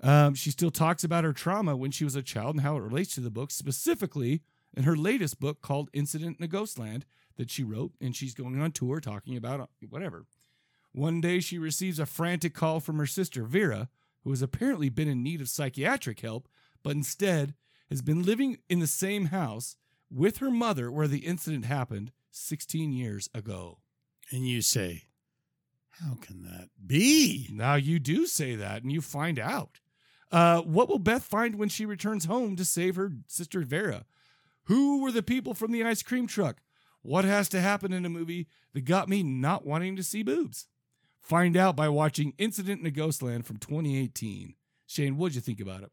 [SPEAKER 1] Um, she still talks about her trauma when she was a child and how it relates to the book, specifically in her latest book called Incident in a Ghostland that she wrote, and she's going on tour talking about uh, whatever. One day, she receives a frantic call from her sister, Vera, who has apparently been in need of psychiatric help, but instead has been living in the same house with her mother where the incident happened 16 years ago.
[SPEAKER 2] and you say, "How can that be?"
[SPEAKER 1] Now, you do say that and you find out. Uh, what will Beth find when she returns home to save her sister Vera? Who were the people from the ice cream truck? What has to happen in a movie that got me not wanting to see boobs? Find out by watching Incident in a Ghostland from 2018. Shane, what'd you think about it?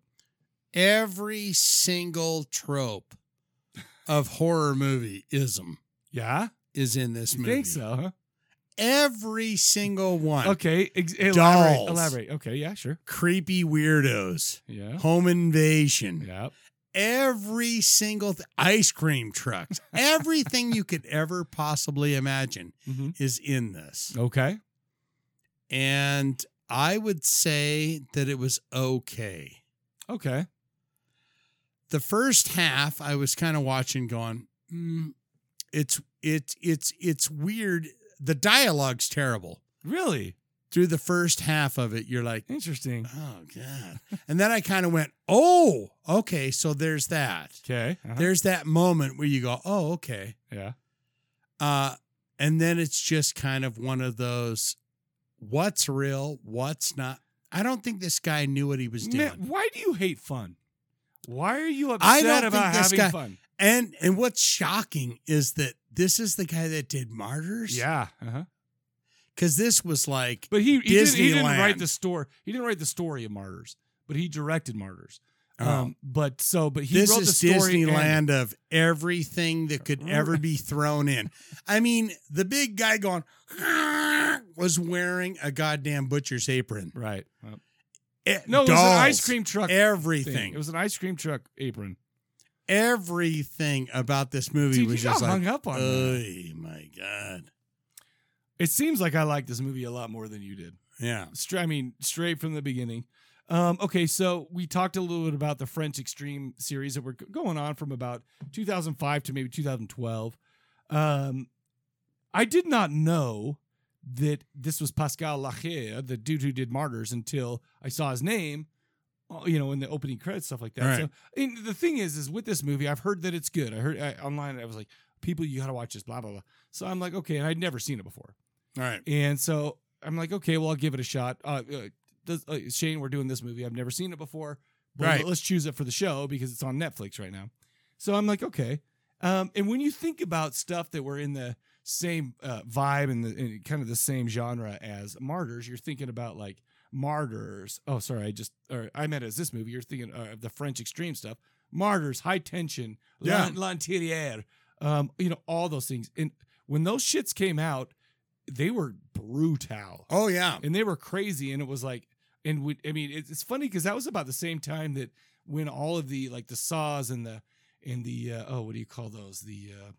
[SPEAKER 2] Every single trope of horror movie ism
[SPEAKER 1] Yeah,
[SPEAKER 2] is in this
[SPEAKER 1] you
[SPEAKER 2] movie.
[SPEAKER 1] think so? Huh?
[SPEAKER 2] Every single one.
[SPEAKER 1] Okay, ex- elaborate,
[SPEAKER 2] Dolls.
[SPEAKER 1] elaborate. Okay, yeah, sure.
[SPEAKER 2] Creepy weirdos.
[SPEAKER 1] Yeah,
[SPEAKER 2] Home invasion.
[SPEAKER 1] yeah.
[SPEAKER 2] every single th- ice cream trucks, everything you could ever possibly imagine
[SPEAKER 1] Mhm.
[SPEAKER 2] is in this.
[SPEAKER 1] Okay,
[SPEAKER 2] And I would say that it was okay.
[SPEAKER 1] okay.
[SPEAKER 2] The first half, I was kind of watching, going, mm, "It's it's it's it's weird." The dialogue's terrible.
[SPEAKER 1] Really
[SPEAKER 2] Through the first half of it, you're like,
[SPEAKER 1] interesting.
[SPEAKER 2] "Oh god," and then I kind of went, "Oh, okay." So there's that.
[SPEAKER 1] Okay, uh-huh.
[SPEAKER 2] There's that moment where you go, "Oh, okay."
[SPEAKER 1] yeah.
[SPEAKER 2] Uh, and then it's just kind of one of those what's real, what's not. I don't think this guy knew what he was doing.
[SPEAKER 1] Man, why do you hate fun? Why are you upset
[SPEAKER 2] I don't
[SPEAKER 1] about
[SPEAKER 2] think this
[SPEAKER 1] having
[SPEAKER 2] guy.
[SPEAKER 1] fun?
[SPEAKER 2] And and what's shocking is that this is the guy that did Martyrs.
[SPEAKER 1] Yeah. Uh-huh.
[SPEAKER 2] Because this was like,
[SPEAKER 1] But he, he, didn't, he didn't
[SPEAKER 2] Disneyland.
[SPEAKER 1] write the story. He didn't write the story of Martyrs, but he directed Martyrs. Um, but so, but he
[SPEAKER 2] Oh. this
[SPEAKER 1] wrote
[SPEAKER 2] is
[SPEAKER 1] the story. and- Mm.
[SPEAKER 2] Disneyland of everything that could ever be thrown in. I mean, the big guy going was wearing a goddamn butcher's apron.
[SPEAKER 1] right? Well,
[SPEAKER 2] Eh,
[SPEAKER 1] no, it was an ice
[SPEAKER 2] dolls,
[SPEAKER 1] cream truck.
[SPEAKER 2] Everything.
[SPEAKER 1] Thing. It was an ice cream truck apron.
[SPEAKER 2] everything about this movie
[SPEAKER 1] Dude,
[SPEAKER 2] was
[SPEAKER 1] you
[SPEAKER 2] just
[SPEAKER 1] got
[SPEAKER 2] like,
[SPEAKER 1] hung up on that.
[SPEAKER 2] oh my god,
[SPEAKER 1] It seems like I like this movie a lot more than you did.
[SPEAKER 2] yeah,
[SPEAKER 1] Stra- I mean, straight from the beginning. Um, okay, so we talked a little bit about the French Extreme series that were g- going on from about 2005 to maybe 2012. Um, I did not know that this was Pascal Lachaise, the dude who did Martyrs, until I saw his name, uh, you know, in the opening credits, stuff like that.
[SPEAKER 2] Right.
[SPEAKER 1] So and the thing is, is with this movie, I've heard that it's good. I heard I, online, I was like, people, you got to watch this, blah, blah, blah. So I'm like, okay, and I'd never seen it before.
[SPEAKER 2] all right,
[SPEAKER 1] And so I'm like, okay, well, I'll give it a shot. Uh, uh, does, uh, Shane, we're doing this movie. I've never seen it before. But
[SPEAKER 2] Right.
[SPEAKER 1] Let's choose it for the show because it's on Netflix right now. So I'm like, okay. Um, and when you think about stuff that were in the same uh, vibe and, the, and kind of the same genre as Martyrs, you're thinking about like Martyrs. Oh, sorry, I just or I meant as this movie. You're thinking uh, of the French extreme stuff. Martyrs, High Tension,
[SPEAKER 2] Yeah.
[SPEAKER 1] yeah. L'Intérieur, um, you know, all those things. And when those shits came out, they were brutal
[SPEAKER 2] oh yeah,
[SPEAKER 1] and they were crazy and it was like and we, i mean it's, it's funny because that was about the same time that when all of the like the saws and the and the uh, oh what do you call those the uh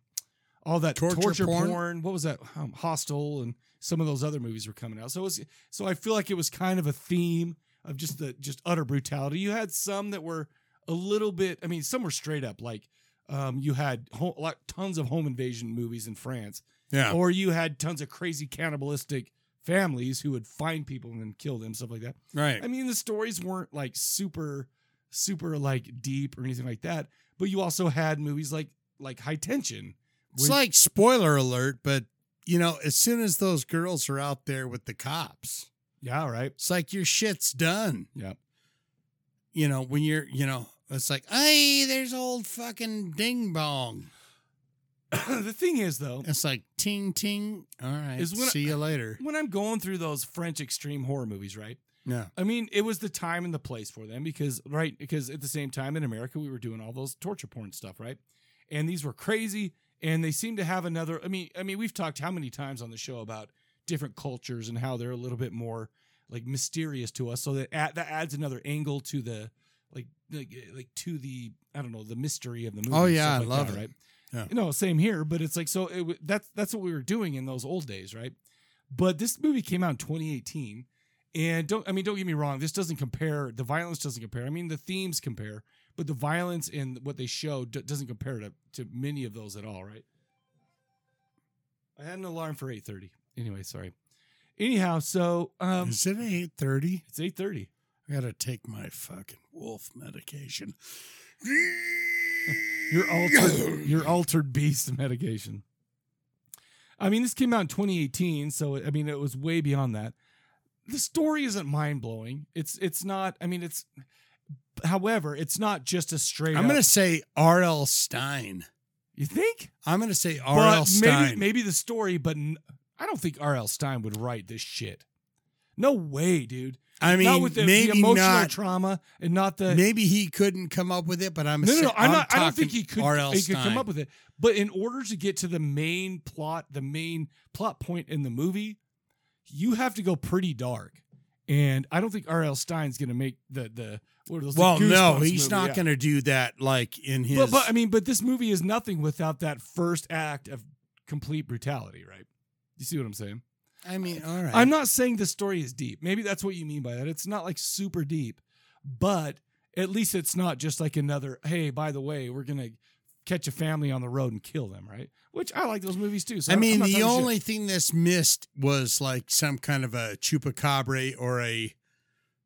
[SPEAKER 1] all that
[SPEAKER 2] Torture
[SPEAKER 1] torture,
[SPEAKER 2] porn?
[SPEAKER 1] porn. what was that um, hostel and some of those other movies were coming out so it was so i feel like it was kind of a theme of just the just utter brutality you had some that were a little bit i mean some were straight up like um you had ho- like tons of home invasion movies in france
[SPEAKER 2] yeah,
[SPEAKER 1] or you had tons of crazy cannibalistic families who would find people and then kill them, stuff like that.
[SPEAKER 2] right,
[SPEAKER 1] I mean, the stories weren't like super, super like deep or anything like that. But you also had movies like like High Tension.
[SPEAKER 2] It's like spoiler alert, but you know, as soon as those girls are out there with the cops,
[SPEAKER 1] yeah, right.
[SPEAKER 2] it's like your shit's done.
[SPEAKER 1] Yep.
[SPEAKER 2] You know, when you're, you know, it's like, hey, there's old fucking ding bong.
[SPEAKER 1] the thing is though,
[SPEAKER 2] It's like ting ting. All right,
[SPEAKER 1] Is when I-
[SPEAKER 2] see you later.
[SPEAKER 1] when I'm going through those French extreme horror movies, right?
[SPEAKER 2] Yeah,
[SPEAKER 1] I mean, it was the time and the place for them because right because at the same time in America we were doing all those torture porn stuff, right? And these were crazy and they seem to have another I mean, I mean, we've talked how many times on the show about different cultures and how they're a little bit more like mysterious to us so that add, that adds another angle to the like like like to the I don't know, the mystery of the movie.
[SPEAKER 2] Oh,
[SPEAKER 1] and
[SPEAKER 2] yeah,
[SPEAKER 1] stuff
[SPEAKER 2] I
[SPEAKER 1] like
[SPEAKER 2] love
[SPEAKER 1] that,
[SPEAKER 2] it.
[SPEAKER 1] right?
[SPEAKER 2] Yeah.
[SPEAKER 1] You know, same here, but it's like so it, w- that's that's what we were doing in those old days, right? But this movie came out in 2018 and don't I mean don't get me wrong, this doesn't compare. The violence doesn't compare. I mean the themes compare, but the violence and what they show d- doesn't compare to to many of those at all, right? I had an alarm for 8:30. Anyway, sorry. Anyhow, so um
[SPEAKER 2] is it eight thirty?
[SPEAKER 1] it's 8:30.
[SPEAKER 2] I gotta take my fucking wolf medication.
[SPEAKER 1] Your altered your altered beast medication. I mean, this came out in 2018, so I mean, it was way beyond that. The story isn't mind blowing. It's it's not. I mean, it's. However, it's not just a straight.
[SPEAKER 2] I'm
[SPEAKER 1] up-
[SPEAKER 2] gonna say R.L. Stein.
[SPEAKER 1] You think?
[SPEAKER 2] I'm gonna say R.L.
[SPEAKER 1] But
[SPEAKER 2] Stein.
[SPEAKER 1] maybe maybe the story, but n- I don't think R.L. Stein would write this shit. No way, dude.
[SPEAKER 2] I mean,
[SPEAKER 1] not with the, the
[SPEAKER 2] maybe
[SPEAKER 1] emotional
[SPEAKER 2] not.
[SPEAKER 1] trauma and not the
[SPEAKER 2] maybe he couldn't come up with it, but I'm
[SPEAKER 1] no, no,
[SPEAKER 2] sa-
[SPEAKER 1] no. I'm not. I don't
[SPEAKER 2] talking
[SPEAKER 1] think he could.
[SPEAKER 2] R.L.
[SPEAKER 1] He could come
[SPEAKER 2] Stine.
[SPEAKER 1] up with it. But in order to get to the main plot, the main plot point in the movie, you have to go pretty dark. And I don't think R.L. Stein's going to make the the what are those? the
[SPEAKER 2] Well, no,
[SPEAKER 1] Goosebumps
[SPEAKER 2] he's
[SPEAKER 1] movie,
[SPEAKER 2] not
[SPEAKER 1] yeah.
[SPEAKER 2] going to do that. Like in his,
[SPEAKER 1] But, but I mean, but this movie is nothing without that first act of complete brutality, right? You see what I'm saying?
[SPEAKER 2] I mean, all right,
[SPEAKER 1] I'm not saying the story is deep. Maybe that's what you mean by that. It's not like super deep, but at least it's not just like another, hey, by the way, we're going to catch a family on the road and kill them, right? Which I like those movies too. So
[SPEAKER 2] I
[SPEAKER 1] I'm- I'm
[SPEAKER 2] mean,
[SPEAKER 1] not
[SPEAKER 2] the
[SPEAKER 1] talking shit.
[SPEAKER 2] only thing this missed was like some kind of a chupacabra or a,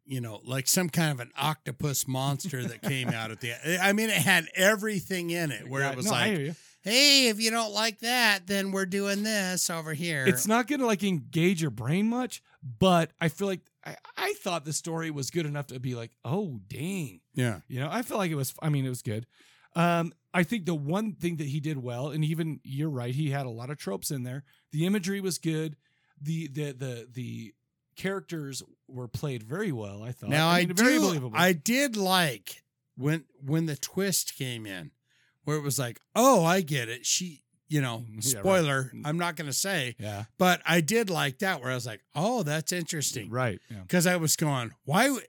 [SPEAKER 2] you know, like some kind of an octopus monster that came out at the. e-, I mean, it had everything in it where
[SPEAKER 1] Yeah,
[SPEAKER 2] it was
[SPEAKER 1] no, I
[SPEAKER 2] like,
[SPEAKER 1] hear you.
[SPEAKER 2] hey, if you don't like that, then we're doing this over here.
[SPEAKER 1] it's not going to like engage your brain much, but I feel like I, I thought the story was good enough to be like, oh dang.
[SPEAKER 2] Yeah.
[SPEAKER 1] You know, I feel like it was I mean, it was good. Um, I think the one thing that he did well, and even you're right, he had a lot of tropes in there. The imagery was good. The the the the characters were played very well, I thought.
[SPEAKER 2] Now I,
[SPEAKER 1] mean,
[SPEAKER 2] do,
[SPEAKER 1] very believable.
[SPEAKER 2] I did like when when the twist came in, where it was like, oh, I get it. She, you know,
[SPEAKER 1] Yeah, right. Mm.
[SPEAKER 2] spoiler. I'm not going to say,
[SPEAKER 1] yeah.
[SPEAKER 2] but I did like that where I was like, oh, that's interesting,
[SPEAKER 1] Right. Yeah.
[SPEAKER 2] Because I was going, why, would,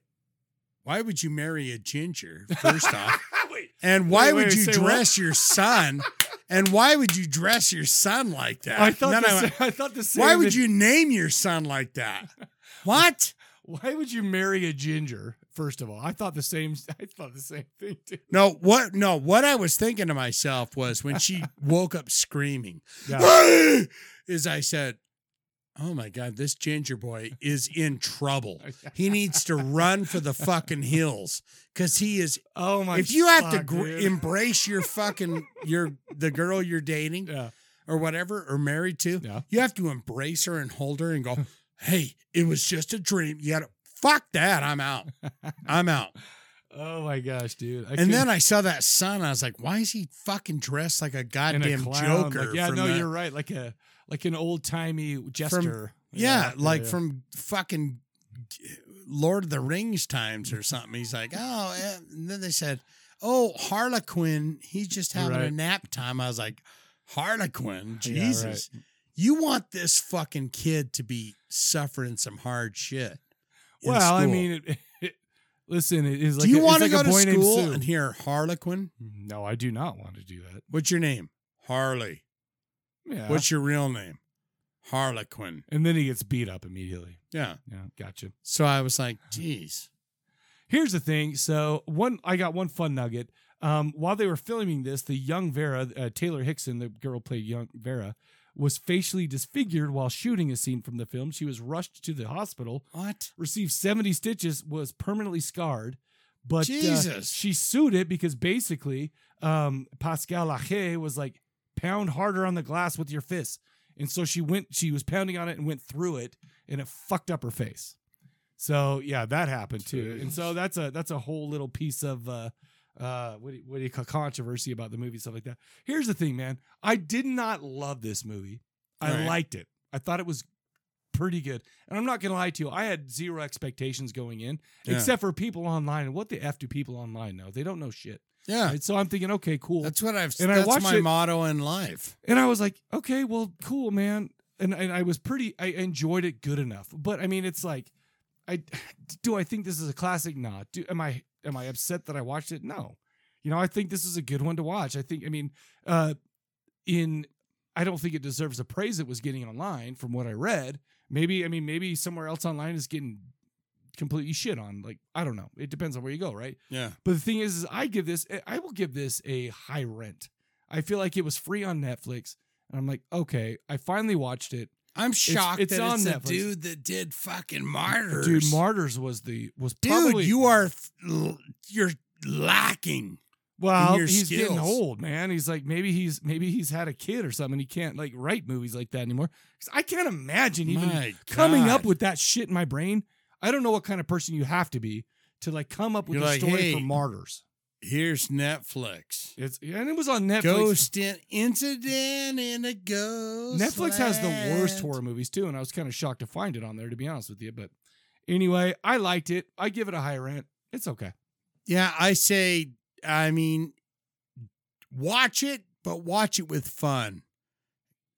[SPEAKER 2] why would you marry a ginger first off,
[SPEAKER 1] Wait.
[SPEAKER 2] and why
[SPEAKER 1] Wait, wait,
[SPEAKER 2] would you
[SPEAKER 1] say what?
[SPEAKER 2] dress your son, and why would you dress your son like that?
[SPEAKER 1] I thought
[SPEAKER 2] And
[SPEAKER 1] the,
[SPEAKER 2] then Uh,
[SPEAKER 1] sa-
[SPEAKER 2] I went,
[SPEAKER 1] I thought the same
[SPEAKER 2] why would
[SPEAKER 1] thing.
[SPEAKER 2] you name your son like that? What?
[SPEAKER 1] why would you marry a ginger? First of all, I thought the same. I thought the same thing too.
[SPEAKER 2] No, what no, what I was thinking to myself was when she woke up screaming,
[SPEAKER 1] Yeah.
[SPEAKER 2] "Hey!" is I said, Oh my god, this ginger boy is in trouble. He needs to run for the fucking hills. Cause he is
[SPEAKER 1] Oh my!
[SPEAKER 2] if you have to
[SPEAKER 1] fuck,
[SPEAKER 2] gr-
[SPEAKER 1] dude.
[SPEAKER 2] embrace your fucking your the girl you're dating
[SPEAKER 1] yeah,
[SPEAKER 2] or whatever or married to,
[SPEAKER 1] Yeah.
[SPEAKER 2] you have to embrace her and hold her and go, Hey, it was just a dream. You gotta fuck that. I'm out. I'm out.
[SPEAKER 1] oh my gosh, dude! I
[SPEAKER 2] And then I saw that son. I was like, why is he fucking dressed like a
[SPEAKER 1] couldn't- and
[SPEAKER 2] goddamn
[SPEAKER 1] a clown,
[SPEAKER 2] Joker?
[SPEAKER 1] Like, yeah,
[SPEAKER 2] from
[SPEAKER 1] no,
[SPEAKER 2] the-
[SPEAKER 1] you're right. Like a like an old timey jester.
[SPEAKER 2] Yeah, like
[SPEAKER 1] yeah.
[SPEAKER 2] from fucking uh, Lord of the Rings times or something. He's like, oh, eh," and then they said, oh, Harlequin. He's just having a
[SPEAKER 1] Right.
[SPEAKER 2] nap time. I was like, Harlequin,
[SPEAKER 1] Yeah, right.
[SPEAKER 2] Jesus. You want this fucking kid to be suffering some hard shit. in
[SPEAKER 1] Well, I
[SPEAKER 2] school.
[SPEAKER 1] mean, it, it, listen, it is like
[SPEAKER 2] do you
[SPEAKER 1] a,
[SPEAKER 2] want
[SPEAKER 1] it's
[SPEAKER 2] to
[SPEAKER 1] like
[SPEAKER 2] go
[SPEAKER 1] a boy
[SPEAKER 2] to
[SPEAKER 1] named
[SPEAKER 2] school
[SPEAKER 1] Sue.
[SPEAKER 2] and hear Harlequin?
[SPEAKER 1] No, I do not want to do that.
[SPEAKER 2] What's your name? Harley.
[SPEAKER 1] Yeah.
[SPEAKER 2] What's your real name? Harlequin.
[SPEAKER 1] and then he gets beat up immediately.
[SPEAKER 2] Yeah.
[SPEAKER 1] Yeah, gotcha.
[SPEAKER 2] So I was like, geez.
[SPEAKER 1] Here's the thing. So one, I got one fun nugget. Um, while they were filming this, the young Vera, uh, Taylor Hickson, the girl played young Vera, was facially disfigured while shooting a scene from the film. She was rushed to the hospital,
[SPEAKER 2] What?
[SPEAKER 1] received 70 stitches, was permanently scarred. But uh,
[SPEAKER 2] Jesus.
[SPEAKER 1] she sued it because basically um, Pascal Lache was like, pound harder on the glass with your fists. And so she went, she was pounding on it and went through it and it fucked up her face. So yeah, that happened too. And so that's a that's a whole little piece of uh uh what do you, what do you call controversy about the movie stuff like that. Here's the thing, man. I did not love this movie. I
[SPEAKER 2] Right.
[SPEAKER 1] liked it. I thought it was pretty good. And I'm not gonna lie to you, I had zero expectations going in,
[SPEAKER 2] Yeah.
[SPEAKER 1] except for people online. And what the f do people online know? They don't know shit.
[SPEAKER 2] Yeah.
[SPEAKER 1] Right? So I'm thinking, okay, cool.
[SPEAKER 2] That's what I've
[SPEAKER 1] And I
[SPEAKER 2] that's
[SPEAKER 1] watched
[SPEAKER 2] my
[SPEAKER 1] it-
[SPEAKER 2] motto in life.
[SPEAKER 1] And I was like, okay, well, cool, man. And and I was pretty I enjoyed it good enough. But I mean, it's like I do I think this is a classic? Not. Do am I am I upset that I watched it? No. You know, I think this is a good one to watch. I think I mean, uh in I don't think it deserves the praise it was getting online from what I read. Maybe I mean maybe somewhere else online is getting completely shit on. Like, I don't know. It depends on where you go, right?
[SPEAKER 2] Yeah.
[SPEAKER 1] But the thing is, is I give this, I will give this a high rent. I feel like it was free on Netflix, and I'm like, okay, I finally watched it.
[SPEAKER 2] I'm shocked
[SPEAKER 1] it's
[SPEAKER 2] that
[SPEAKER 1] on
[SPEAKER 2] it's the
[SPEAKER 1] Netflix.
[SPEAKER 2] dude that did fucking martyrs.
[SPEAKER 1] Dude, Martyrs was the was
[SPEAKER 2] Dude,
[SPEAKER 1] probably
[SPEAKER 2] you are f- l- you're lacking.
[SPEAKER 1] well,
[SPEAKER 2] in your
[SPEAKER 1] he's getting
[SPEAKER 2] skills.
[SPEAKER 1] old, man. He's like maybe he's maybe he's had a kid or something. He can't like write movies like that anymore. 'Cause I can't imagine even
[SPEAKER 2] My
[SPEAKER 1] coming up
[SPEAKER 2] God.
[SPEAKER 1] with that shit in my brain. I don't know what kind of person you have to be to like come up with
[SPEAKER 2] You're
[SPEAKER 1] a
[SPEAKER 2] like,
[SPEAKER 1] story
[SPEAKER 2] hey,
[SPEAKER 1] for Martyrs.
[SPEAKER 2] here's Netflix.
[SPEAKER 1] It's and it was on Netflix.
[SPEAKER 2] Ghost in, incident in a ghost.
[SPEAKER 1] Netflix has the worst
[SPEAKER 2] land.
[SPEAKER 1] horror movies too, and I was kind of shocked to find it on there, to be honest with you. But anyway, I liked it. I give it a high rent. It's okay.
[SPEAKER 2] Yeah, I say, I mean, watch it, but watch it with fun.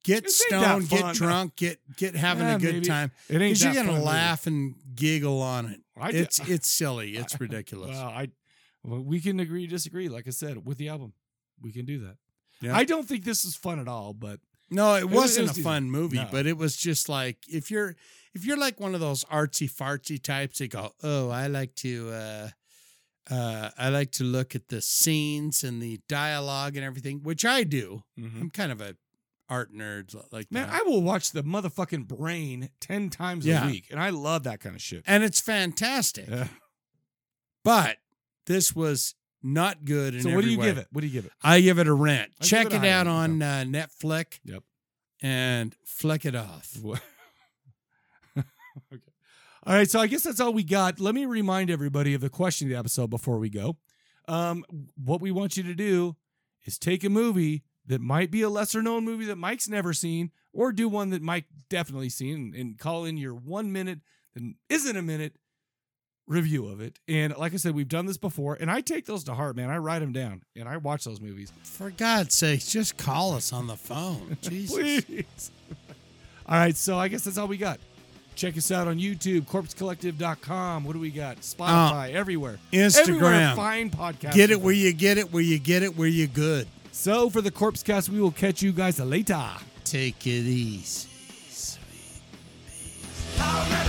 [SPEAKER 2] Get
[SPEAKER 1] This ain't that
[SPEAKER 2] stoned, get
[SPEAKER 1] fun.
[SPEAKER 2] drunk, get get having
[SPEAKER 1] Yeah,
[SPEAKER 2] a good
[SPEAKER 1] maybe.
[SPEAKER 2] time.
[SPEAKER 1] It ain't
[SPEAKER 2] Because you're
[SPEAKER 1] that
[SPEAKER 2] gonna
[SPEAKER 1] fun movie.
[SPEAKER 2] laugh and giggle on it.
[SPEAKER 1] I do-
[SPEAKER 2] it's it's silly. It's ridiculous.
[SPEAKER 1] Well, I well, we can agree to disagree. Like I said, with the album, we can do that.
[SPEAKER 2] Yeah.
[SPEAKER 1] I don't think this is fun at all, but
[SPEAKER 2] no,
[SPEAKER 1] was-
[SPEAKER 2] it,
[SPEAKER 1] it
[SPEAKER 2] wasn't
[SPEAKER 1] was
[SPEAKER 2] a
[SPEAKER 1] decent.
[SPEAKER 2] fun movie,
[SPEAKER 1] No.
[SPEAKER 2] but it was just like if you're if you're like one of those artsy fartsy types that go, oh, I like to. uh uh, I like to look at the scenes and the dialogue and everything, which I do. I'm kind of a art nerd like
[SPEAKER 1] Hmm? man,
[SPEAKER 2] that.
[SPEAKER 1] I will watch the motherfucking brain ten times
[SPEAKER 2] Yeah.
[SPEAKER 1] a week, and I love that kind of shit.
[SPEAKER 2] and it's fantastic.
[SPEAKER 1] Yeah.
[SPEAKER 2] But this was not good. In
[SPEAKER 1] So what do
[SPEAKER 2] every
[SPEAKER 1] you
[SPEAKER 2] way.
[SPEAKER 1] give it? What do you give it?
[SPEAKER 2] I give it a rent.
[SPEAKER 1] I give
[SPEAKER 2] Check
[SPEAKER 1] it a
[SPEAKER 2] it,
[SPEAKER 1] high
[SPEAKER 2] out on
[SPEAKER 1] rent,
[SPEAKER 2] uh, Netflix.
[SPEAKER 1] Yep.
[SPEAKER 2] And flick it off.
[SPEAKER 1] Wha- okay. All right, so I guess that's all we got. Let me remind everybody of the question of the episode before we go. Um, what we want you to do is take a movie that might be a lesser known movie that Mike's never seen, or do one that Mike definitely seen and, and call in your one minute that isn't a minute review of it. And like I said, we've done this before, and I take those to heart, man. I write them down and I watch those movies.
[SPEAKER 2] For God's sake, just call us on the phone. Jesus.
[SPEAKER 1] Please. all right, so I guess that's all we got. Check us out on YouTube, corpsecollective.com. What do we got? Spotify, everywhere. Everywhere
[SPEAKER 2] Uh, Instagram.
[SPEAKER 1] fine podcast.
[SPEAKER 2] Get it where you get it, where you get it, where you good.
[SPEAKER 1] So for the Corpse Cast, we will catch you guys later.
[SPEAKER 2] Take it easy.
[SPEAKER 9] Alright.